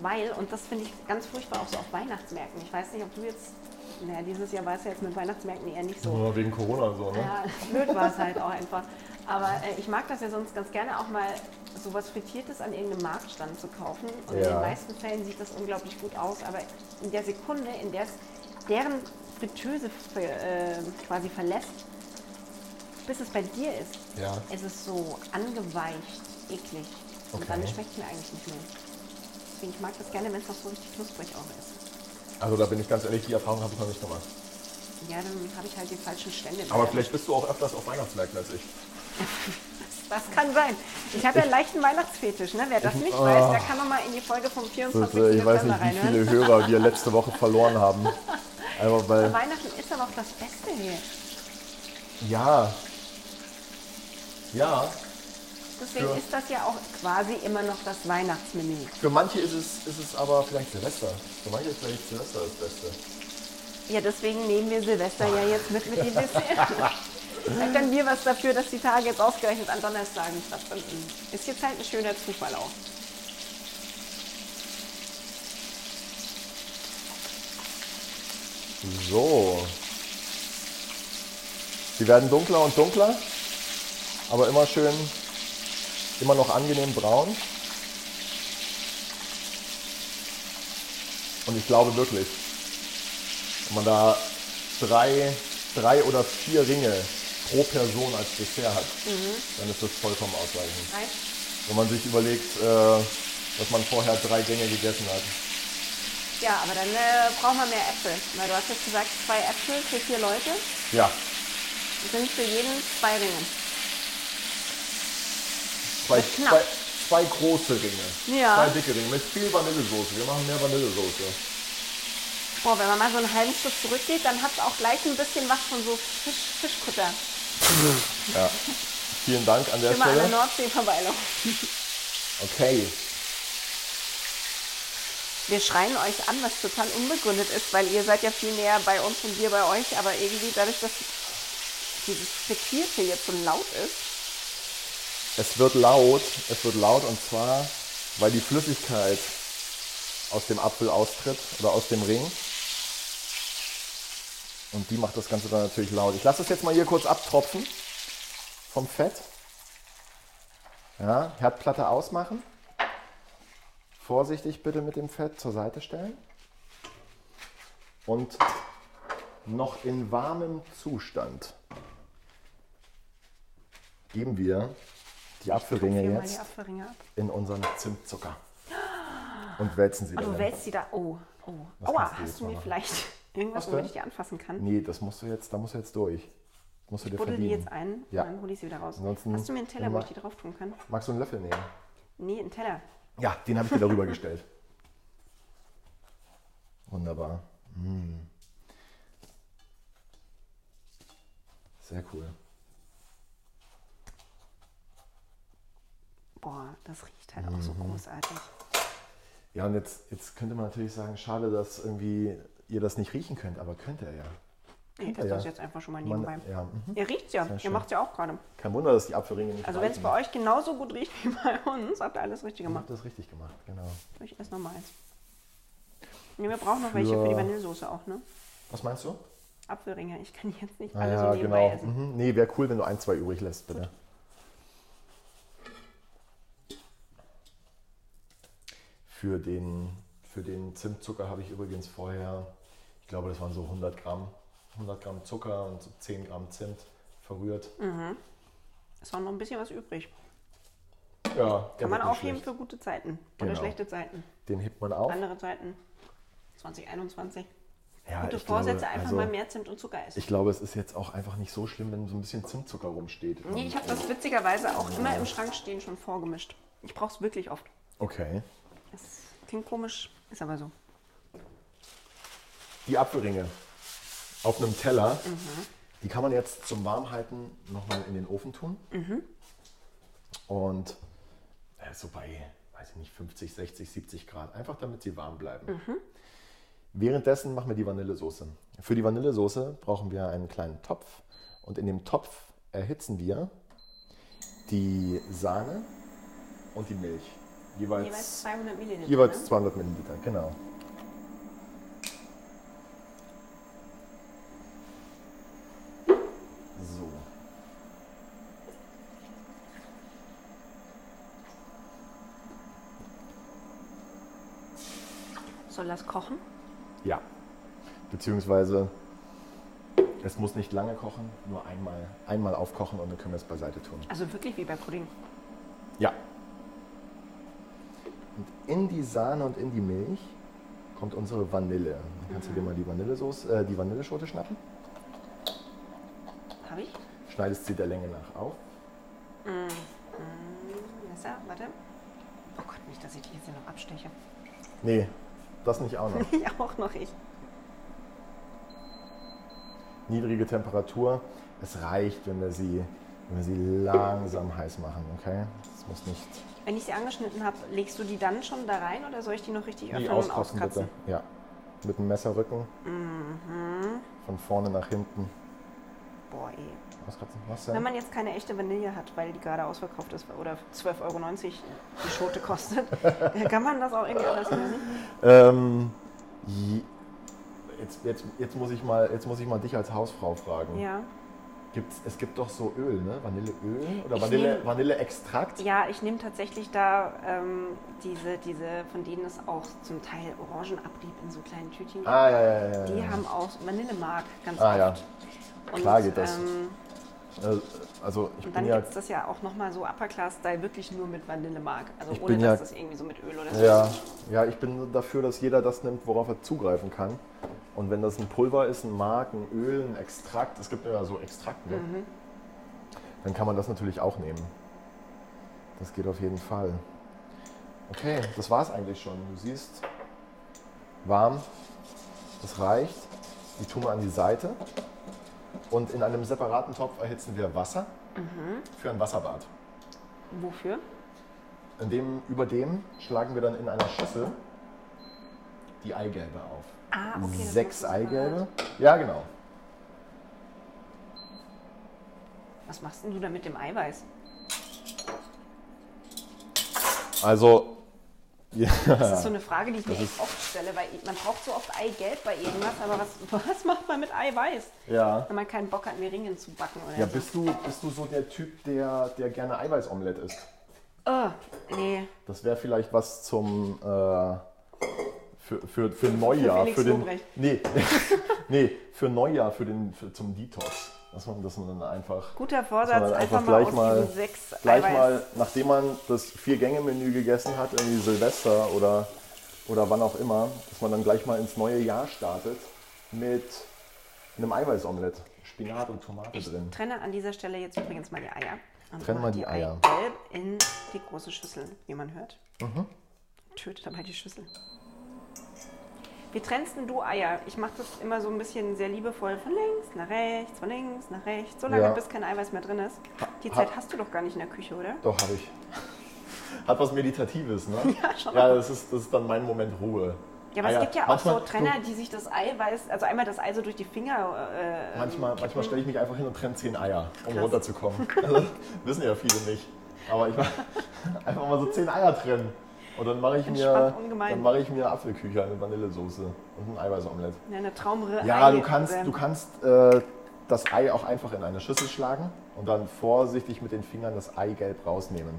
A: Weil, und das finde ich ganz furchtbar auch so auf Weihnachtsmärkten. Ich weiß nicht, ob du jetzt, naja, dieses Jahr war es ja jetzt mit Weihnachtsmärkten eher nicht so.
C: Nur wegen Corona und so, ne?
A: Ja, blöd war es halt auch einfach. Aber äh, ich mag das ja sonst ganz gerne auch mal sowas Frittiertes an irgendeinem Marktstand zu kaufen. Und in
C: Ja.
A: den meisten Fällen sieht das unglaublich gut aus. Aber in der Sekunde, in der es deren Fritteuse äh, quasi verlässt, bis es bei dir ist,
C: Ja.
A: ist es so angeweicht, eklig. Und
C: Okay.
A: dann schmeckt es mir eigentlich nicht mehr. Deswegen, ich mag das gerne, wenn es noch so richtig knusprig auch ist.
C: Also da bin ich ganz ehrlich, die Erfahrung habe ich noch nicht gemacht.
A: Ja, dann habe ich halt die falschen Stände.
C: Aber vielleicht bist du auch öfters auf Weihnachtsmärkten als ich.
A: Das kann sein. Ich habe ja einen leichten Weihnachtsfetisch. Ne? Wer das nicht weiß, der kann nochmal in die Folge vom 24.
C: äh,
A: Dezember reinhören. [LAUGHS]
C: Hörer wir letzte Woche verloren haben. Einfach weil.
A: Weihnachten ist aber auch das Beste hier.
C: Ja. Ja.
A: Deswegen
C: Ja.
A: ist das ja auch quasi immer noch das Weihnachtsmenü.
C: Für manche ist es, ist es aber vielleicht Silvester. Für manche ist vielleicht Silvester das Beste.
A: Ja, deswegen nehmen wir Silvester ja jetzt mit mit dem Dessert. Vielleicht dann wir was dafür, dass die Tage jetzt ausgerechnet an Donnerstagen stattfinden. Ist jetzt halt ein schöner Zufall auch.
C: So. Sie werden dunkler und dunkler, aber immer schön, immer noch angenehm braun. Und ich glaube wirklich, wenn man da drei, drei oder vier Ringe pro Person als Dessert hat, dann ist das vollkommen ausreichend. Wenn man sich überlegt, äh, dass man vorher drei Gänge gegessen hat.
A: Ja, aber dann äh, brauchen wir mehr Äpfel. Weil du hast jetzt gesagt, zwei Äpfel für vier Leute
C: Ja,
A: sind für jeden zwei Ringe.
C: Zwei,
A: Wird knapp.
C: zwei, zwei große Ringe.
A: Ja.
C: Zwei dicke Ringe mit viel Vanillesoße. Wir machen mehr Vanillesoße.
A: Boah, wenn man mal so einen halben Schritt zurückgeht, dann hat es auch gleich ein bisschen was von so Fisch, Fischkutter.
C: Vielen Dank an der
A: Immer an der
C: Stelle.
A: Nordsee vorbeilaufen.
C: Okay.
A: Wir schreien euch an, was total unbegründet ist, weil ihr seid ja viel näher bei uns und wir bei euch, aber irgendwie dadurch, dass dieses Frittierte jetzt so laut ist,
C: Es wird laut. Es wird laut und zwar, weil die Flüssigkeit aus dem Apfel austritt oder aus dem Ring. Und die macht das Ganze dann natürlich laut. Ich lasse das jetzt mal hier kurz abtropfen vom Fett. Ja, Herdplatte ausmachen. Vorsichtig bitte mit dem Fett zur Seite stellen. Und noch in warmem Zustand geben wir die Apfelringe
A: nehmen wir mal
C: jetzt
A: die Apfelringe ab.
C: in unseren Zimtzucker und wälzen sie
A: Oh,
C: dann.
A: du
C: in-
A: wälzt die da. Oh, oh.
C: Was kannst
A: Aua,
C: du jetzt
A: hast du
C: mal
A: mir
C: machen?
A: vielleicht [LAUGHS] irgendwas,
C: Was
A: womit
C: denn?
A: ich die anfassen kann?
C: Nee, das musst du jetzt, da musst du jetzt durch. Das musst du dir
A: Buddel die
C: verdienen.
A: jetzt ein
C: Ja.
A: und dann hole ich sie wieder raus.
C: Ansonsten
A: hast du mir einen Teller, wo ich
C: immer-
A: die drauf tun kann?
C: Magst du einen Löffel nehmen?
A: Nee, einen Teller.
C: Ja, den habe ich dir
A: [LAUGHS]
C: darüber gestellt. Wunderbar. Mm. Sehr cool.
A: Boah, das riecht halt auch so
C: Mhm.
A: großartig.
C: Ja, und jetzt, jetzt könnte man natürlich sagen, schade, dass irgendwie ihr das nicht riechen könnt, aber könnt ihr ja.
A: Nee, ich esse
C: ja.
A: das jetzt einfach schon mal
C: Man-
A: nebenbei.
C: ja, mhm.
A: Ihr riecht's ja, ihr
C: schön.
A: macht's ja auch gerade.
C: Kein Wunder, dass die Apfelringe nicht
A: Also wenn es
C: reichen.
A: bei euch genauso gut riecht [LAUGHS] wie bei uns, habt ihr alles richtig
C: Ihr
A: gemacht.
C: habt das richtig gemacht, genau.
A: Ich esse noch mal eins. Nee, wir brauchen noch welche für die
C: Für-
A: Vanillesoße auch, ne?
C: Was meinst du?
A: Apfelringe. Ich kann jetzt nicht
C: Ah
A: alle
C: ja,
A: so nebenbei
C: genau.
A: essen.
C: Mhm. Nee, wäre cool, wenn du ein, zwei übrig lässt, bitte. Für den, für den Zimtzucker habe ich übrigens vorher, ich glaube, das waren so 100 Gramm, 100 Gramm Zucker und so 10 Gramm Zimt verrührt.
A: Mhm. Ist auch noch ein bisschen was übrig.
C: Ja, der
A: Kann man
C: wird nicht
A: aufheben
C: schlecht.
A: für gute Zeiten. Oder
C: Genau.
A: schlechte Zeiten.
C: Den hebt man auf.
A: Andere Zeiten. 2021.
C: Ja,
A: Gute
C: ich
A: Vorsätze,
C: glaube,
A: einfach
C: also,
A: mal mehr Zimt und Zucker essen.
C: Ich glaube, es ist jetzt auch einfach nicht so schlimm, wenn so ein bisschen Zimtzucker rumsteht.
A: nee, ich habe das witzigerweise auch immer im Schrank stehen schon vorgemischt. Ich brauche es wirklich oft.
C: Okay.
A: Das klingt komisch, ist aber so.
C: Die Apfelringe auf einem Teller, die kann man jetzt zum Warmhalten nochmal in den Ofen tun. Und äh, so bei, weiß ich nicht, 50, 60, 70 Grad, einfach damit sie warm bleiben. Währenddessen machen wir die Vanillesoße. Für die Vanillesoße brauchen wir einen kleinen Topf und in dem Topf erhitzen wir die Sahne und die Milch. Jeweils,
A: Jeweils 200 Milliliter.
C: Jeweils
A: ne?
C: 200 Milliliter, genau. So.
A: Soll das kochen? ne?
C: Ja. Beziehungsweise Es muss nicht lange kochen, nur einmal, einmal aufkochen und dann können wir es beiseite tun.
A: Also wirklich wie bei Pudding.
C: Ja. Und in die Sahne und in die Milch kommt unsere Vanille. Dann kannst du dir mal die Vanillesoße, äh, die Vanilleschote schnappen,
A: Habe ich?
C: schneidest sie der Länge nach auf.
A: Messer, warte. Oh Gott, nicht, dass ich die jetzt hier noch absteche.
C: Nee, das nicht auch noch.
A: [LAUGHS] Ich auch noch, ich.
C: Niedrige Temperatur. Es reicht, wenn wir sie, wenn wir sie langsam heiß machen, okay? Es muss nicht
A: Wenn ich sie angeschnitten habe, legst du die dann schon da rein oder soll ich die noch richtig öffnen
C: Die
A: und
C: auskosten
A: auskatzen?
C: bitte. Ja. Mit dem Messerrücken.
A: Mhm.
C: Von vorne nach hinten.
A: Boah, ey.
C: Auskotzen. Was denn?
A: Wenn man jetzt keine echte Vanille hat, weil die gerade ausverkauft ist oder 12,90 Euro die Schote kostet,
C: [LAUGHS]
A: dann kann man das auch irgendwie anders lösen.
C: Ähm, je- jetzt, jetzt, jetzt, muss ich mal, jetzt muss ich mal dich als Hausfrau fragen.
A: Ja.
C: Gibt's, es gibt doch so Öl, ne? Vanilleöl oder
A: Ich
C: Vanille,
A: nehm-
C: Vanilleextrakt?
A: Ja, ich nehme tatsächlich da ähm, diese, diese, von denen es auch zum Teil Orangenabrieb in so kleinen Tütchen gibt.
C: Ah, ja, ja, ja. ja.
A: Die haben auch Vanillemark ganz
C: Ah, ja.
A: oft. Und,
C: Klar geht das.
A: Ähm,
C: Äh, Also, ich
A: und
C: bin
A: dann
C: ja.
A: gibt es das ja auch nochmal so Upper Class Style, wirklich nur mit Vanillemark. Also
C: Ich
A: ohne,
C: bin
A: dass
C: ja-
A: das irgendwie so mit Öl oder so
C: Ja, ja, ich bin dafür, dass jeder das nimmt, worauf er zugreifen kann. Und wenn das ein Pulver ist, ein Mark, ein Öl, ein Extrakt, es gibt ja so Extrakte,
A: Mhm.
C: dann kann man das natürlich auch nehmen. Das geht auf jeden Fall. Okay, das war's eigentlich schon. Du siehst, warm, das reicht. Die tun wir an die Seite. Und in einem separaten Topf erhitzen wir Wasser
A: Mhm.
C: für ein Wasserbad.
A: Wofür?
C: In dem, über dem schlagen wir dann in einer Schüssel die Eigelbe auf.
A: Ah, okay, das
C: Sechs
A: machst du
C: Eigelbe? Ja, genau.
A: Was machst denn du da mit dem Eiweiß?
C: Also, ja,
A: Das ist so eine Frage, die ich mir
C: Das
A: echt
C: ist-
A: oft stelle, weil man braucht so oft Eigelb bei irgendwas, aber was, [LAUGHS] was macht man mit Eiweiß?
C: ja.
A: Wenn man keinen Bock hat, Meringen zu backen oder
C: ja
A: so.
C: bist, du, bist du so der Typ, der, der gerne Eiweißomelett isst?
A: Oh, nee.
C: Das wäre vielleicht was zum. Äh, für, für, für Neujahr.
A: Felix
C: Für, den,
A: Lobrecht.
C: nee, [LAUGHS] nee, für Neujahr, für den, für, zum Detox. Dass man, dass man dann einfach.
A: Guter
C: Dass
A: Vorsatz,
C: man dann
A: einfach,
C: einfach
A: mal
C: gleich
A: aus
C: mal,
A: diesen sechs
C: gleich
A: Eiweiß.
C: mal, nachdem man das Vier-Gänge-Menü gegessen hat, irgendwie Silvester oder, oder wann auch immer, dass man dann gleich mal ins neue Jahr startet mit einem Eiweißomelett. Spinat und Tomate drin.
A: Trenne an dieser Stelle jetzt übrigens mal die Eier. Und
C: Trenn
A: mach
C: mal die Eier.
A: Eigelb in die große Schüssel, wie man hört.
C: Mhm.
A: Tötet dabei die Schüssel. Wie trennst denn du Eier? Ich mache das immer so ein bisschen sehr liebevoll von links nach rechts, von links nach rechts, so lange
C: Ja.
A: bis kein Eiweiß mehr drin ist. Die
C: ha-
A: Zeit hast du doch gar nicht in der Küche, oder?
C: Doch, habe ich. Hat was Meditatives, ne?
A: [LAUGHS] Ja, schon.
C: Ja, das ist, das ist dann mein Moment Ruhe.
A: Ja, aber
C: Eier-
A: es gibt ja auch
C: manchmal-
A: so äh, Trenner, die sich das Eiweiß, also einmal das Ei so durch die Finger. Äh,
C: Manchmal, manchmal stelle ich mich einfach hin und trenne zehn Eier, um
A: [LAUGHS]
C: runterzukommen. Also, wissen ja viele nicht. Aber ich mach [LAUGHS] einfach mal so zehn Eier trennen. Und dann mache ich, mir,
A: Entspannt ungemein.
C: dann mache ich mir Apfelküche, eine Vanillesoße und ein Eiweißomelett.
A: äh, eine Traumre. ähm,
C: Ja, du
A: Eigelb-
C: kannst, du kannst äh, das Ei auch einfach in eine Schüssel schlagen und dann vorsichtig mit den Fingern das Eigelb rausnehmen.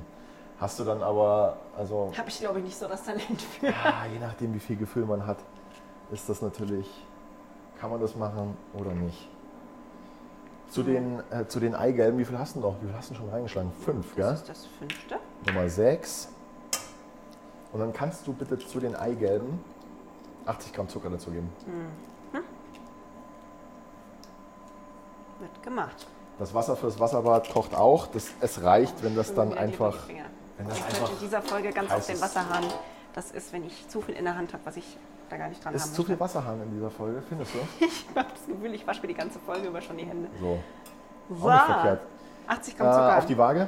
C: Hast du dann aber, also
A: Hab ich, glaube ich, nicht so das Talent für.
C: ah, je nachdem, wie viel Gefühl man hat, ist das natürlich, kann man das machen oder nicht. Zu den, äh, zu den Eigelben, wie viel hast du noch? Wie viel hast du schon reingeschlagen? Fünf, gell?
A: Das ist das fünfte.
C: Nummer sechs. Und dann kannst du bitte zu den Eigelben 80 Gramm Zucker dazugeben.
A: Wird gemacht.
C: Das Wasser fürs Wasserbad kocht auch. Das, es reicht, wenn das
A: Schon
C: dann
A: wieder die
C: einfach.
A: Ringfinger.
C: wenn das
A: ich
C: einfach
A: könnte in dieser Folge ganz
C: heiß
A: auf den
C: ist.
A: Wasserhahn. Das ist, wenn ich zu viel in der Hand habe, was ich da gar nicht dran
C: Ist
A: haben
C: zu viel
A: möchte.
C: Wasserhahn in dieser Folge, findest du?
A: [LAUGHS] Ich habe das Gefühl, ich wasche mir die ganze Folge über schon die Hände.
C: So.
A: So.
C: nicht verkehrt.
A: 80
C: Äh,
A: Gramm Zucker.
C: auf die Waage.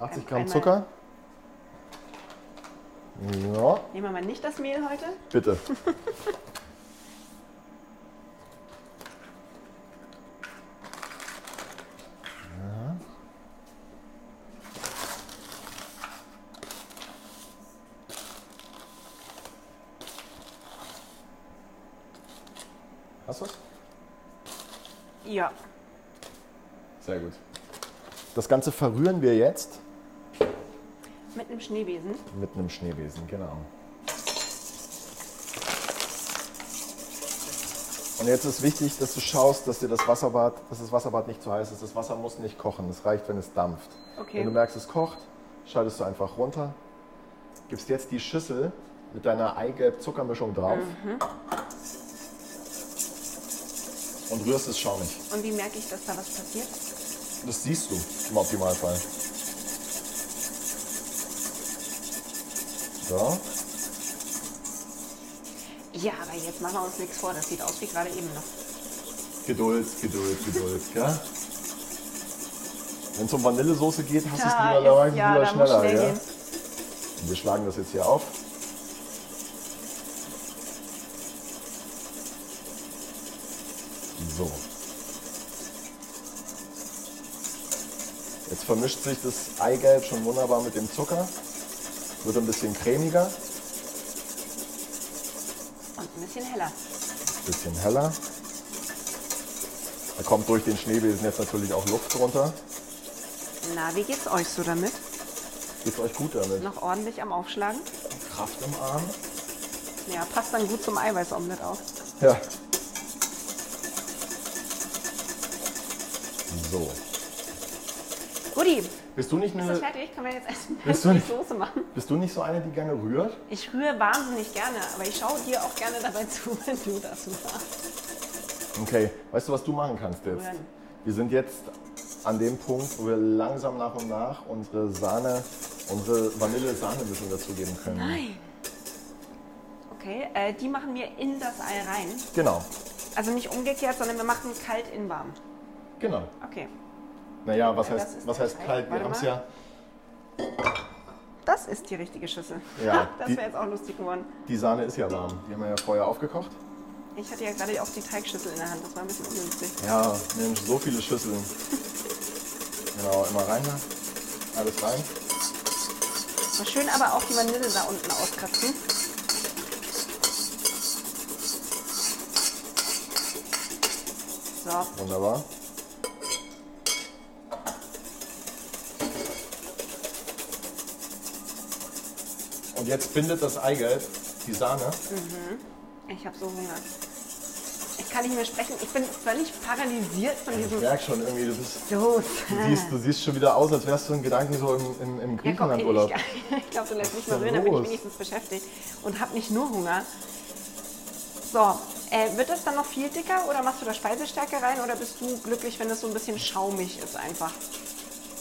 C: 80
A: Ein-
C: Gramm
A: einmal.
C: Zucker. Ja,
A: Nehmen wir mal nicht das Mehl heute.
C: bitte. Hast du's?
A: Ja.
C: Sehr gut. Das Ganze verrühren wir jetzt
A: Mit einem Schneebesen.
C: mit einem Schneebesen, genau. Und jetzt ist wichtig, dass du schaust, dass dir das Wasserbad, dass das Wasserbad nicht zu heiß ist. Das Wasser muss nicht kochen. Es reicht, wenn es dampft.
A: Okay.
C: Wenn du merkst, es kocht, schaltest du einfach runter. Gibst jetzt die Schüssel mit deiner Eigelb-Zuckermischung drauf. Und rührst es schaumig.
A: Und wie merke ich, dass da was passiert?
C: Das siehst du im Optimalfall. So.
A: Ja, aber jetzt machen wir uns nichts vor. Das sieht aus wie gerade eben noch.
C: Geduld, Geduld, Geduld, ja? Wenn es um Vanillesoße geht, hast du es
A: Ja,
C: lieber, lieber,
A: ist- ja,
C: lieber
A: da muss
C: schneller,
A: schnell
C: ja?
A: gehen.
C: Und wir schlagen das jetzt hier auf. So. Jetzt vermischt sich das Eigelb schon wunderbar mit dem Zucker. Wird ein bisschen cremiger,
A: Und ein bisschen heller.
C: bisschen heller. Da kommt durch den Schneebesen jetzt natürlich auch Luft runter.
A: Na, wie geht's euch so damit?
C: Geht's euch gut damit?
A: Noch ordentlich am Aufschlagen?
C: Kraft im Arm.
A: Ja, passt dann gut zum Eiweißomelett auch.
C: Ja. So.
A: Guti,
C: Bist du nicht
A: ist das
C: eine,
A: fertig? Können wir jetzt
C: Bist du
A: erstmal die
C: nicht-
A: Soße machen?
C: bist du nicht so eine, die gerne rührt?
A: Ich rühre wahnsinnig gerne, aber ich schaue dir auch gerne dabei [LAUGHS] zu, wenn du das machst.
C: Okay, weißt du, was du machen kannst jetzt?
A: Rühren.
C: Wir sind jetzt an dem Punkt, wo wir langsam nach und nach unsere Sahne, unsere Vanille-Sahne-Mischung dazugeben können.
A: Nein. Okay, äh, die machen wir in das Ei rein.
C: Genau,
A: Also nicht umgekehrt, sondern wir machen kalt in warm.
C: genau.
A: Okay.
C: Naja, was
A: Das
C: heißt,
A: ist
C: was
A: der
C: heißt
A: Teig.
C: kalt? Wir
A: Warte
C: haben es
A: mal.
C: ja.
A: Das ist die richtige Schüssel.
C: Ja,
A: [LAUGHS] das
C: die-
A: wäre jetzt auch lustig geworden.
C: Die Sahne ist ja warm. Die haben wir ja vorher aufgekocht.
A: Ich hatte ja gerade auch die Teigschüssel in der Hand. Das war ein bisschen ungünstig.
C: Ja, Mensch, so
A: [LAUGHS]
C: viele Schüsseln. Genau, immer rein da. Alles rein.
A: Mal schön aber auch die Vanille da unten auskratzen. So,
C: Wunderbar. Und jetzt bindet das Eigelb die Sahne.
A: ich habe so Hunger. Ich kann nicht mehr sprechen. Ich bin völlig paralysiert von
C: Ich
A: diesem
C: merke schon irgendwie, du, bist,
A: Soße.
C: du, siehst, du siehst schon wieder aus, als wärst du in Gedanken so
A: Ah.
C: im, im, im
A: Ja, komm, ich,
C: Griechenlandurlaub.
A: ich [LAUGHS] glaube, du lässt mich
C: Was
A: mal
C: ist
A: rühren,
C: denn
A: dann bin ich
C: los?
A: wenigstens beschäftigt und habe nicht nur Hunger. So, äh, wird das dann noch viel dicker oder machst du da Speisestärke rein oder bist du glücklich, wenn das so ein bisschen schaumig ist einfach?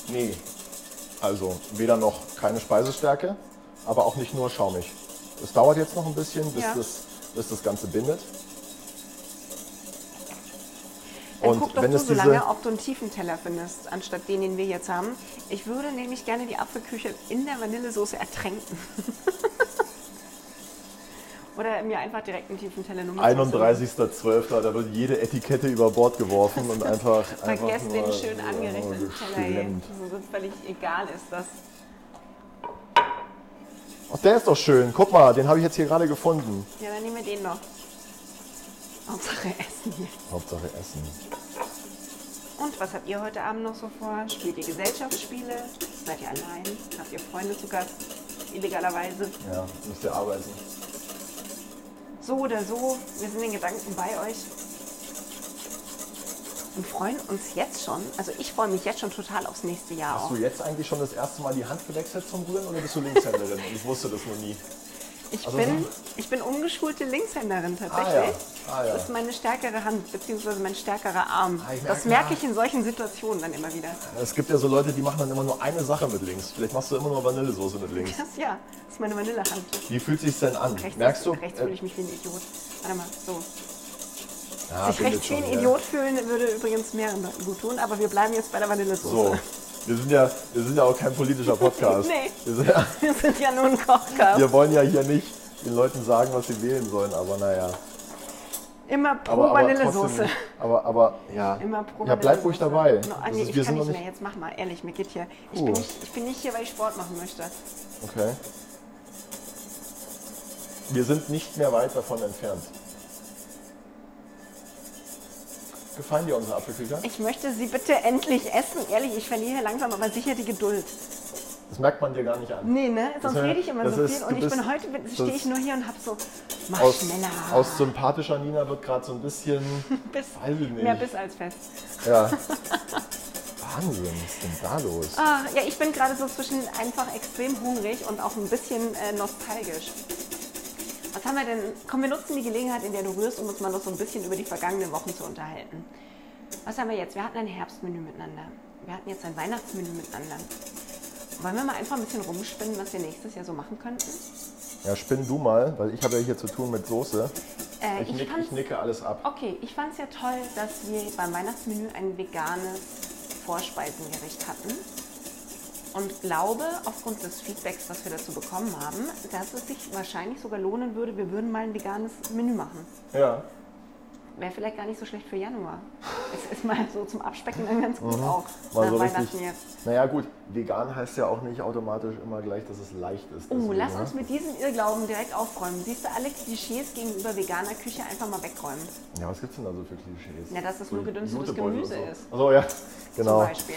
C: Nee. Also weder noch keine Speisestärke, aber auch nicht nur schaumig. Es dauert jetzt noch ein bisschen, bis,
A: Ja.
C: das, bis das Ganze bindet.
A: Dann
C: Und
A: guck doch
C: wenn
A: du
C: es
A: so
C: diese-
A: lange, ob du einen tiefen Teller findest, anstatt den, den wir jetzt haben. Ich würde nämlich gerne die Apfelküche in der Vanillesoße ertränken. [LAUGHS] Oder mir einfach direkt einen tiefen Teller Nummer
C: 31.12. Da wird jede Etikette über Bord geworfen und
A: [LAUGHS]
C: einfach.
A: Vergesst
C: einfach
A: den
C: nur,
A: schön
C: äh,
A: angerichteten Teller. ey.
C: geschlemmt.
A: So völlig egal ist das.
C: Ach, der ist doch schön. Guck mal, den habe ich jetzt hier gerade gefunden.
A: Ja, dann nehmen wir den noch. Hauptsache Essen jetzt.
C: Hauptsache Essen.
A: Und was habt ihr heute Abend noch so vor? Spielt ihr Gesellschaftsspiele? Seid ihr allein? Habt ihr Freunde zu Gast? Illegalerweise?
C: Ja, müsst ihr arbeiten.
A: So oder so, wir sind in Gedanken bei euch. Und freuen uns jetzt schon, also ich freue mich jetzt schon total aufs nächste Jahr
C: Hast
A: auch.
C: du jetzt eigentlich schon das erste Mal die Hand gewechselt zum Rühren oder bist
A: [LAUGHS]
C: du Linkshänderin? ich wusste das noch nie.
A: Ich,
C: also-
A: bin, ich bin umgeschulte Linkshänderin tatsächlich.
C: Ah, ja.
A: Das ist meine stärkere Hand, beziehungsweise mein stärkerer Arm.
C: Ah, ich merke
A: das merke
C: mal.
A: ich in solchen Situationen dann immer wieder.
C: Es gibt ja so Leute, die machen dann immer nur eine Sache mit links. Vielleicht machst du immer nur Vanillesoße mit links.
A: Das ja, das ist meine Vanillehand.
C: Wie fühlt sich denn an?
A: Rechts,
C: Merkst du?
A: rechts
C: Äh,
A: fühle ich mich wie ein Idiot. Warte mal, so.
C: ja,
A: Sich
C: bindet
A: rechts wie
C: Ah, schon,
A: ein
C: ja.
A: Idiot fühlen würde übrigens mehreren Leuten gut tun, aber wir bleiben jetzt bei der
C: So.
A: Vanillesoße.
C: Wir sind, ja, wir sind ja auch kein politischer
A: [LAUGHS]
C: Podcast.
A: Nee.
C: wir, sind, ja-
A: [LAUGHS] Wir sind ja nun Kochkast.
C: wir wollen ja hier nicht den Leuten sagen, was sie wählen sollen, aber naja.
A: Immer pro
C: Aber, aber
A: Oh, Vanillesoße.
C: trotzdem, Aber, aber, ja.
A: Immer pro
C: ja, bleib
A: Vanillesoße.
C: ruhig dabei.
A: No, ah,
C: Das
A: nee,
C: ist-
A: ich
C: wir
A: kann
C: sind
A: nicht
C: noch
A: mehr. Jetzt mach mal, ehrlich, mir geht hier. Ich,
C: Oh.
A: bin nicht, ich bin nicht hier, weil ich Sport machen möchte.
C: Okay. Wir sind nicht mehr weit davon entfernt. Gefallen dir unsere Apfelküche?
A: Ich möchte sie bitte endlich essen. Ehrlich, ich verliere langsam aber sicher die Geduld.
C: Das merkt man dir gar nicht an.
A: Nee, ne? Sonst
C: Das-
A: rede ich immer
C: das
A: so
C: ist-
A: viel.
C: du
A: Und ich
C: bist-
A: bin heute, bin-
C: das-
A: stehe ich nur hier und hab so, mach
C: Aus,
A: schneller.
C: aus sympathischer Nina wird gerade so ein bisschen.
A: [LAUGHS] Biss.
C: weiß ich nicht.
A: Mehr Biss als fest.
C: ja. Wahnsinn, was ist denn da los?
A: Ah, ja, ich bin gerade so zwischen einfach extrem hungrig und auch ein bisschen äh, nostalgisch. Was haben wir denn? Komm, wir nutzen die Gelegenheit, in der du rührst, um uns mal noch so ein bisschen über die vergangenen Wochen zu unterhalten. Was haben wir jetzt? Wir hatten ein Herbstmenü miteinander. Wir hatten jetzt ein Weihnachtsmenü miteinander. Wollen wir mal einfach ein bisschen rumspinnen, was wir nächstes Jahr so machen könnten?
C: Ja, spinn du mal, weil ich habe ja hier zu tun mit Soße.
A: Äh,
C: Ich, nick,
A: fand's-
C: ich nicke alles ab.
A: Okay, ich fand es ja toll, dass wir beim Weihnachtsmenü ein veganes Vorspeisengericht hatten. Und glaube, aufgrund des Feedbacks, was wir dazu bekommen haben, dass es sich wahrscheinlich sogar lohnen würde, wir würden mal ein veganes Menü machen.
C: Ja.
A: Wäre vielleicht gar nicht so schlecht für Januar. Es ist mal so zum Abspecken dann ganz gut auch.
C: Mhm.
A: nach
C: Mal so richtig.
A: Weihnachten jetzt.
C: Naja, gut, vegan heißt ja auch nicht automatisch immer gleich, dass es leicht ist.
A: Oh,
C: deswegen,
A: lass
C: ne?
A: uns mit diesem Irrglauben direkt aufräumen. Siehst du, alle Klischees gegenüber veganer Küche einfach mal wegräumen.
C: Ja, was gibt's denn da so für Klischees?
A: Na, dass das
C: So
A: nur gedünstetes
C: Jutebeutel und
A: Gemüse
C: so.
A: ist.
C: Achso, ja,
A: Zum
C: genau.
A: Beispiel.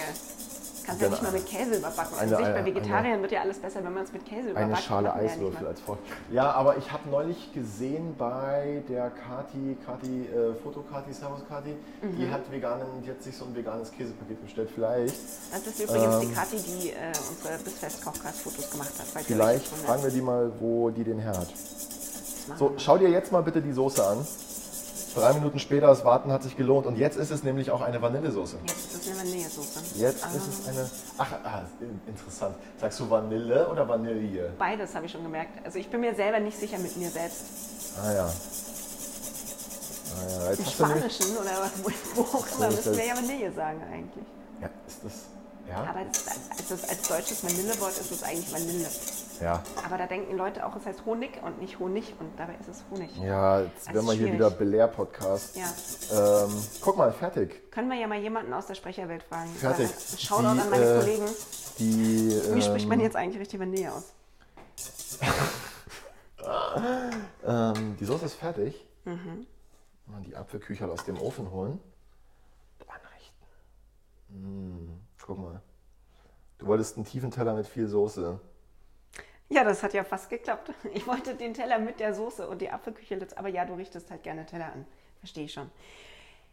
A: Kannst ja
C: Genau.
A: nicht mal mit Käse überbacken.
C: Eine-
A: An sich bei
C: eine-
A: Vegetariern wird ja alles besser, wenn man es mit Käse überbackt.
C: Eine Schale
A: Machen wir ja nicht
C: Eiswürfel
A: mal.
C: als Voll. Ja, aber ich habe neulich gesehen bei der Kati, Kati, äh, Fotokati, Servus Kati,
A: Mhm.
C: die hat veganen, die hat sich so ein veganes Käsepaket bestellt. Vielleicht,
A: Das ist übrigens
C: Ähm.
A: die Kathi, die äh, unsere Bissfest-Kochkast-Fotos gemacht hat. falls ihr euch
C: vielleicht
A: wundert.
C: fragen wir die mal, wo die den her hat.
A: Das machen
C: So,
A: wir.
C: schau dir jetzt mal bitte die Soße an. Drei Minuten später, das Warten hat sich gelohnt und jetzt ist es nämlich auch eine Vanillesoße.
A: Jetzt ist es eine Vanillesoße.
C: Jetzt
A: Ah,
C: ist es eine. Ach, ah, in- interessant. Sagst du Vanille oder Vanille?
A: Beides habe ich schon gemerkt. Also ich bin mir selber nicht sicher mit mir selbst.
C: Ah ja. Ah ja, jetzt
A: Im
C: hast du nämlich.
A: Spanischen oder was- wo auch immer
C: ist
A: müssen wir
C: das-
A: ja Vanille sagen eigentlich.
C: Ja, ist das. Ja?
A: Aber das, als, das, als deutsches Vanillewort ist es eigentlich Vanille.
C: Ja.
A: Aber da denken die Leute auch, es heißt Honig und nicht Honig und dabei ist es Honig.
C: Ja,
A: Das ist
C: jetzt werden wir hier
A: Also schwierig.
C: wieder Belehr-Podcast.
A: Ja.
C: Ähm, guck mal, fertig.
A: Können wir ja mal jemanden aus der Sprecherwelt fragen.
C: Fertig.
A: Äh, Shoutout
C: Die,
A: an meine
C: äh,
A: Kollegen.
C: Die.
A: Wie spricht
C: ähm,
A: man jetzt eigentlich richtig Vanille aus?
C: ähm, die Soße ist fertig.
A: Mhm.
C: Mal die Apfelkücherl aus dem Ofen holen. Anrichten. Mm, guck mal. Du wolltest einen tiefen Teller mit viel Soße.
A: Ja, das hat ja fast geklappt. [LAUGHS] Ich wollte den Teller mit der Soße und die Apfelküche jetzt, aber ja, du richtest halt gerne Teller an. Verstehe ich schon.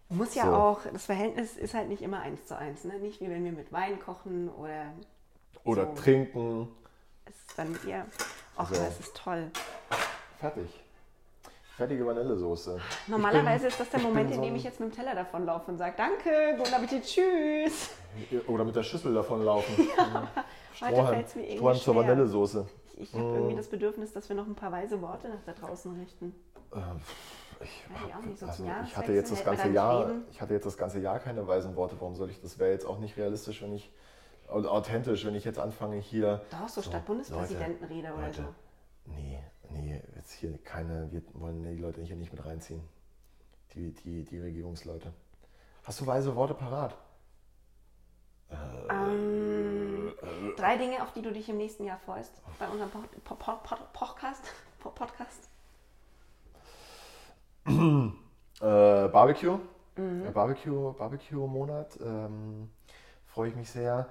A: Muss ja
C: So.
A: auch, das Verhältnis ist halt nicht immer eins zu eins, ne? Nicht wie wenn wir mit Wein kochen oder
C: Oder
A: So.
C: trinken.
A: es ist dann eher. Och,
C: So.
A: das ist toll.
C: Fertig. Fertige Vanillesoße.
A: Normalerweise ist das der
C: ich bin
A: Moment, in
C: so
A: dem
C: ein-
A: ich jetzt mit dem Teller davonlaufe und sage, danke, guten Appetit, tschüss.
C: Oder mit der Schüssel
A: [LAUGHS]
C: davon laufen.
A: Heute fällt es mir irgendwie
C: Strohhalm zur
A: schwer.
C: Vanillesoße.
A: Ich, ich
C: Mm.
A: habe irgendwie das Bedürfnis, dass wir noch ein paar weise Worte nach da draußen richten.
C: Ähm, Ich,
A: Weiß ich auch nicht, so
C: also,
A: zum
C: ich hatte jetzt
A: Jahreswechsel
C: das
A: hält man
C: ganze
A: dann
C: Jahr,
A: Frieden.
C: ich hatte jetzt das ganze Jahr keine weisen Worte. Warum soll ich? Das wäre jetzt auch nicht realistisch, wenn ich und authentisch, wenn ich jetzt anfange hier.
A: Doch, so statt Bundespräsidentenrede
C: Leute,
A: oder
C: Leute,
A: so.
C: Nee, nee, jetzt hier keine. Wir wollen die Leute hier nicht mit reinziehen. Die, die, die Regierungsleute. Hast du weise Worte parat?
A: Ähm, Drei Dinge, auf die du dich im nächsten Jahr freust bei unserem Pod Pod Pod Pod Podcast. [LAUGHS] Po- Podcast.
C: Äh, Barbecue.
A: Mhm.
C: Äh, Barbecue, Barbecue-Monat. Ähm, Freue ich mich sehr.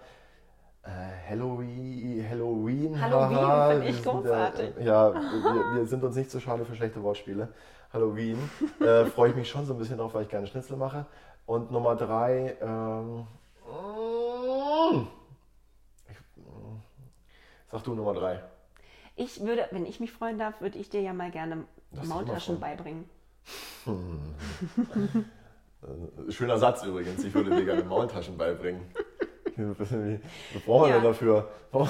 C: Äh, Halloween, Halloween.
A: Halloween
C: haha,
A: find
C: wir
A: ich
C: sind,
A: großartig. [LAUGHS]
C: Äh, ja, wir, wir sind uns nicht so schade für schlechte Wortspiele. Halloween. Äh, Freue ich mich schon so ein bisschen drauf, weil ich gerne Schnitzel mache. Und Nummer drei. Ähm, mm, ich, mm, sag du Nummer drei.
A: Ich würde, wenn ich mich freuen darf, würde ich dir ja mal gerne
C: Das ist
A: Maultaschen
C: immer
A: beibringen.
C: Schöner Satz übrigens. Ich würde dir gerne Maultaschen beibringen. Was brauchen wir
A: Ja.
C: denn dafür? Brauchen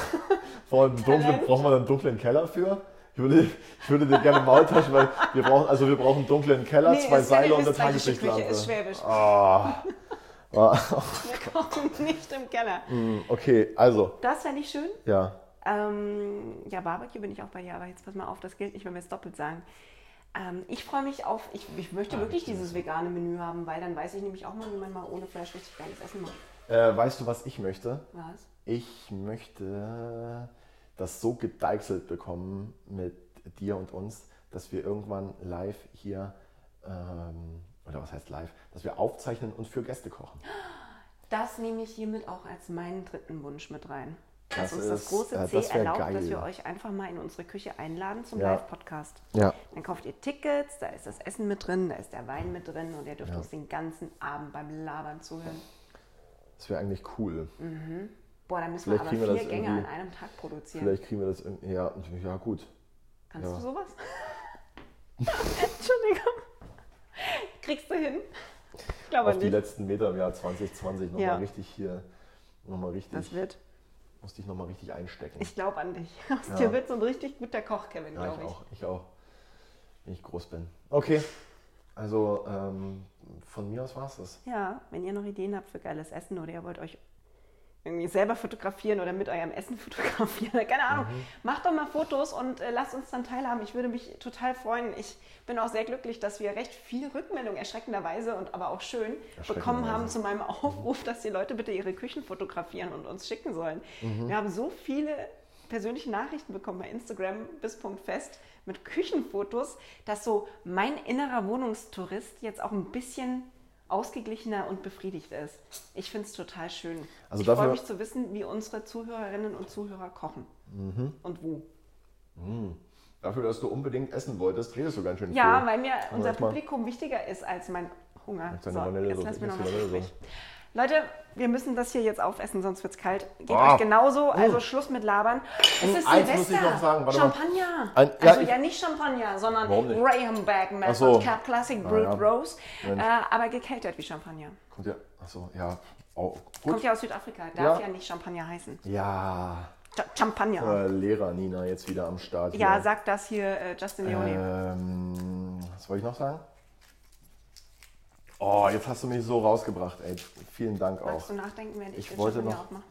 C: wir einen dunklen, brauchen wir einen dunklen Keller für? Ich würde, ich würde dir gerne Maultaschen, weil wir brauchen, also wir brauchen einen dunklen Keller,
A: Nee,
C: zwei
A: ist keine
C: Seile und eine
A: österreichische Küche,
C: Tageslichtlampe.
A: ist
C: [LAUGHS]
A: schwäbisch.
C: Ah. Ah. [LAUGHS]
A: Wir kochen nicht im Keller.
C: Okay, also,
A: Mhm. Das fände ich schön.
C: ja.
A: Ähm, ja, Barbecue bin ich auch bei dir, aber jetzt pass mal auf, das gilt nicht, wenn wir es doppelt sagen. Ähm, ich freue mich auf, ich, ich möchte
C: Ah,
A: wirklich dieses vegane Menü haben, weil dann weiß ich nämlich auch mal, wie man mal ohne Fleisch richtig geiles Essen macht.
C: Äh, weißt du, was ich möchte?
A: Was?
C: Ich möchte das so gedeichselt bekommen mit dir und uns, dass wir irgendwann live hier, ähm, oder was heißt live, dass wir aufzeichnen und für Gäste kochen.
A: Das nehme ich hiermit auch als meinen dritten Wunsch mit rein. Dass
C: Das
A: uns das
C: ist-
A: große
C: äh,
A: C
C: das wär
A: erlaubt,
C: geil.
A: dass wir euch einfach mal in unsere Küche einladen zum
C: Ja.
A: Live-Podcast.
C: Ja.
A: Dann kauft ihr Tickets, da ist das Essen mit drin, da ist der Wein mit drin und ihr dürft uns den ganzen Abend beim Labern zuhören.
C: Das wäre eigentlich cool.
A: Boah, da müssen
C: Vielleicht kriegen
A: wir
C: wir
A: aber
C: das
A: vier Gänge an
C: irgendwie-
A: einem Tag produzieren.
C: Vielleicht kriegen wir das in, ja, ja gut.
A: Kannst
C: ja.
A: du sowas? [LAUGHS] Entschuldigung. Kriegst du hin? Ich glaube
C: Auf die
A: nicht.
C: letzten Meter im Jahr 2020 nochmal
A: Ja.
C: richtig hier, nochmal richtig,
A: Das wird.
C: musste ich nochmal richtig einstecken.
A: Ich glaube an dich. Aus
C: Ja.
A: dir wird so ein richtig guter Koch, Kevin,
C: ja,
A: glaube
C: ich
A: ich.
C: auch, ich auch, wenn ich groß bin. Okay, also ähm, von mir aus war es das.
A: Ja, wenn ihr noch Ideen habt für geiles Essen oder ihr wollt euch irgendwie selber fotografieren oder mit eurem Essen [LAUGHS] fotografieren, keine Ahnung, macht doch mal Fotos und äh, lasst uns dann teilhaben. Ich würde mich total freuen. Ich bin auch sehr glücklich, dass wir recht viel Rückmeldung erschreckenderweise und aber auch schön bekommen haben zu meinem [LAUGHS] Aufruf, dass die Leute bitte ihre Küchen fotografieren und uns schicken sollen.
C: Mhm.
A: Wir haben so viele persönliche Nachrichten bekommen bei Instagram bis Punkt fest mit Küchenfotos, dass so mein innerer Wohnungstourist jetzt auch ein bisschen ausgeglichener und befriedigt ist. Ich finde es total schön.
C: Also
A: ich
C: dafür-
A: freue mich zu wissen, wie unsere Zuhörerinnen und Zuhörer kochen
C: Mhm.
A: und wo.
C: Dafür, dass du unbedingt essen wolltest, redest du ganz schön
A: Ja,
C: viel.
A: weil mir
C: Aber
A: unser
C: jetzt mal-
A: Publikum wichtiger ist als mein Hunger.
C: Jetzt deine Vanillesoße,
A: jetzt lass mir noch
C: jetzt die
A: was
C: Vanillesoße.
A: übrig. Leute, wir müssen das hier jetzt aufessen, sonst wird's kalt. Geht
C: Ah.
A: euch genauso, also Schluss mit Labern. Es
C: Mm,
A: ist
C: eins
A: Silvester.
C: muss ich noch sagen, warte mal.
A: Champagner.
C: Ein- ja,
A: also
C: ich-
A: ja nicht Champagner, sondern
C: Warum nicht?
A: Graham Bag Method
C: Ach so.
A: Cab Classic
C: Ah,
A: Brewed
C: ja.
A: Rose, äh,
C: Mensch.
A: aber gekältert wie Champagner.
C: Kommt ja, achso, ja. Oh,
A: Kommt
C: gut.
A: ja aus Südafrika, darf ja,
C: Ja.
A: nicht Champagner heißen.
C: Ja,
A: Ch- Champagner.
C: äh, Lehrer Nina jetzt wieder am Start.
A: Ja,
C: hier.
A: sagt das hier äh, Justin Leone.
C: Ähm, was wollte ich noch sagen? Oh, jetzt hast du mich so rausgebracht, ey. Vielen Dank auch.
A: Magst du nachdenken, während ich,
C: Ich
A: den
C: wollte
A: Champagner
C: noch-
A: aufmache?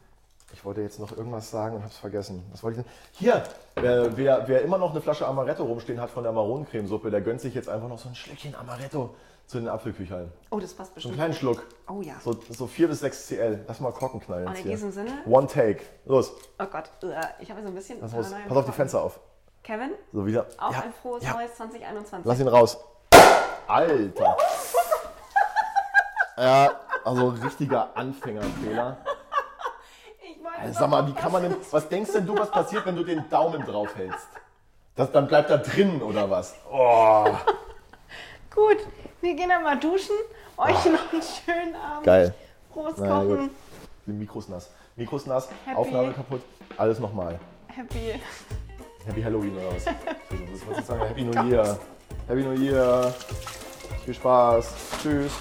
C: Ich wollte jetzt noch irgendwas sagen und hab's vergessen. Was wollte ich denn? Hier, äh, wer, wer immer noch eine Flasche Amaretto rumstehen hat von der Maronencremesuppe, der gönnt sich jetzt einfach noch so ein Schlückchen Amaretto zu den Apfelküchern.
A: Oh, das passt
C: So einen
A: bestimmt.
C: kleinen Schluck.
A: Oh ja.
C: So, so 4 bis 6 CL. Lass mal Korken knallen
A: Und
C: jetzt
A: in
C: hier.
A: diesem Sinne-
C: One take. Los,
A: Oh Gott, äh, ich habe so ein bisschen.
C: das muss,
A: Paranoia
C: pass auf die
A: bekommen.
C: Fenster auf.
A: Kevin,
C: So wieder.
A: auch
C: Ja,
A: ein frohes
C: ja.
A: neues 2021.
C: Lass ihn raus.
A: [LAUGHS]
C: Alter. ja, also richtiger Anfängerfehler.
A: ich wollte
C: Ey, Also Sag mal, wie kann man denn. Was denkst denn du, was passiert, wenn du den Daumen drauf hältst? Das, dann bleibt da drin oder was? Oh,
A: Gut, wir gehen dann mal duschen. Euch noch einen schönen Abend.
C: Geil.
A: Prost
C: Na ja,
A: Kochen.
C: gut. Die Mikros nass. Mikros nass,
A: Happy.
C: Aufnahme kaputt, alles nochmal.
A: Happy.
C: Happy Halloween oder was? Das muss ich sagen. Happy New Year. Happy New Year. Viel Spaß. Tschüss.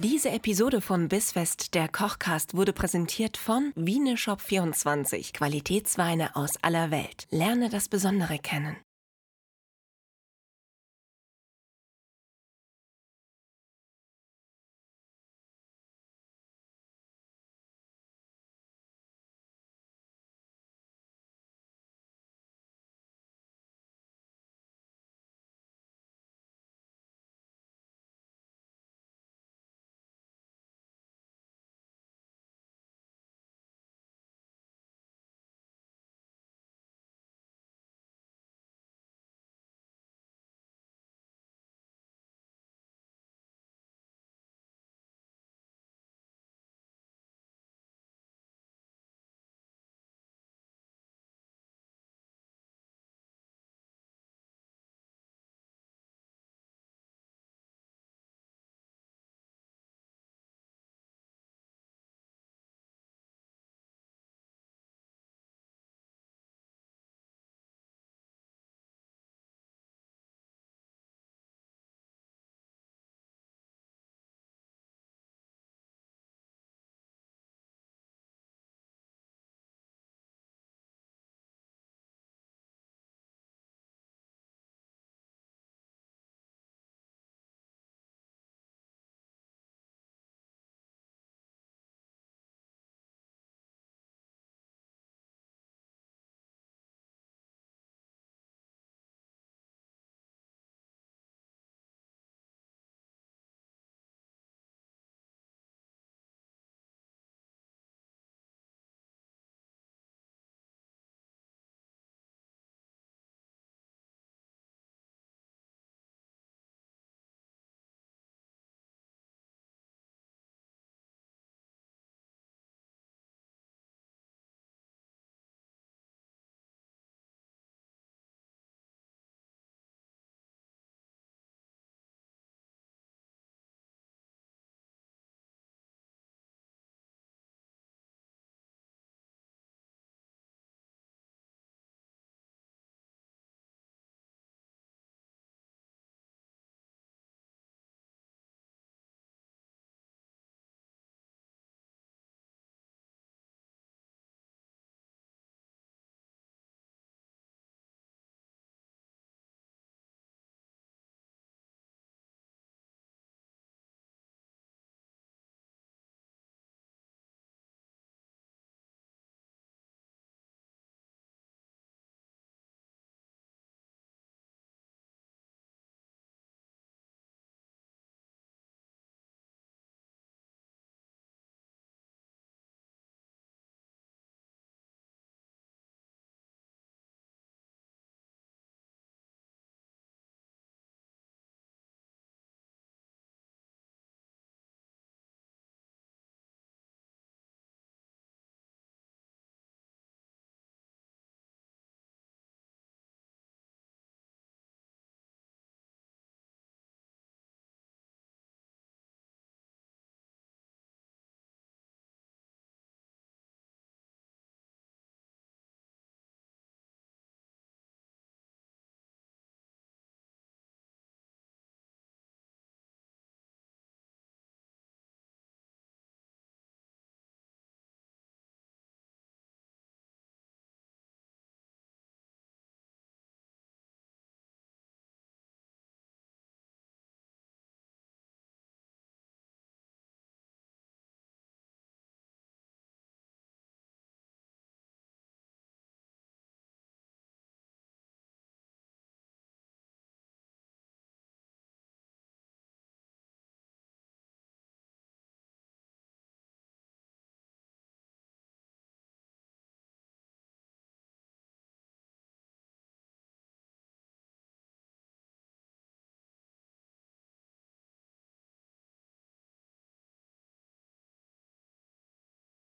D: Diese Episode von Bissfest, der Kochcast, wurde präsentiert von Wieneshop24, Qualitätsweine aus aller Welt. Lerne das Besondere kennen.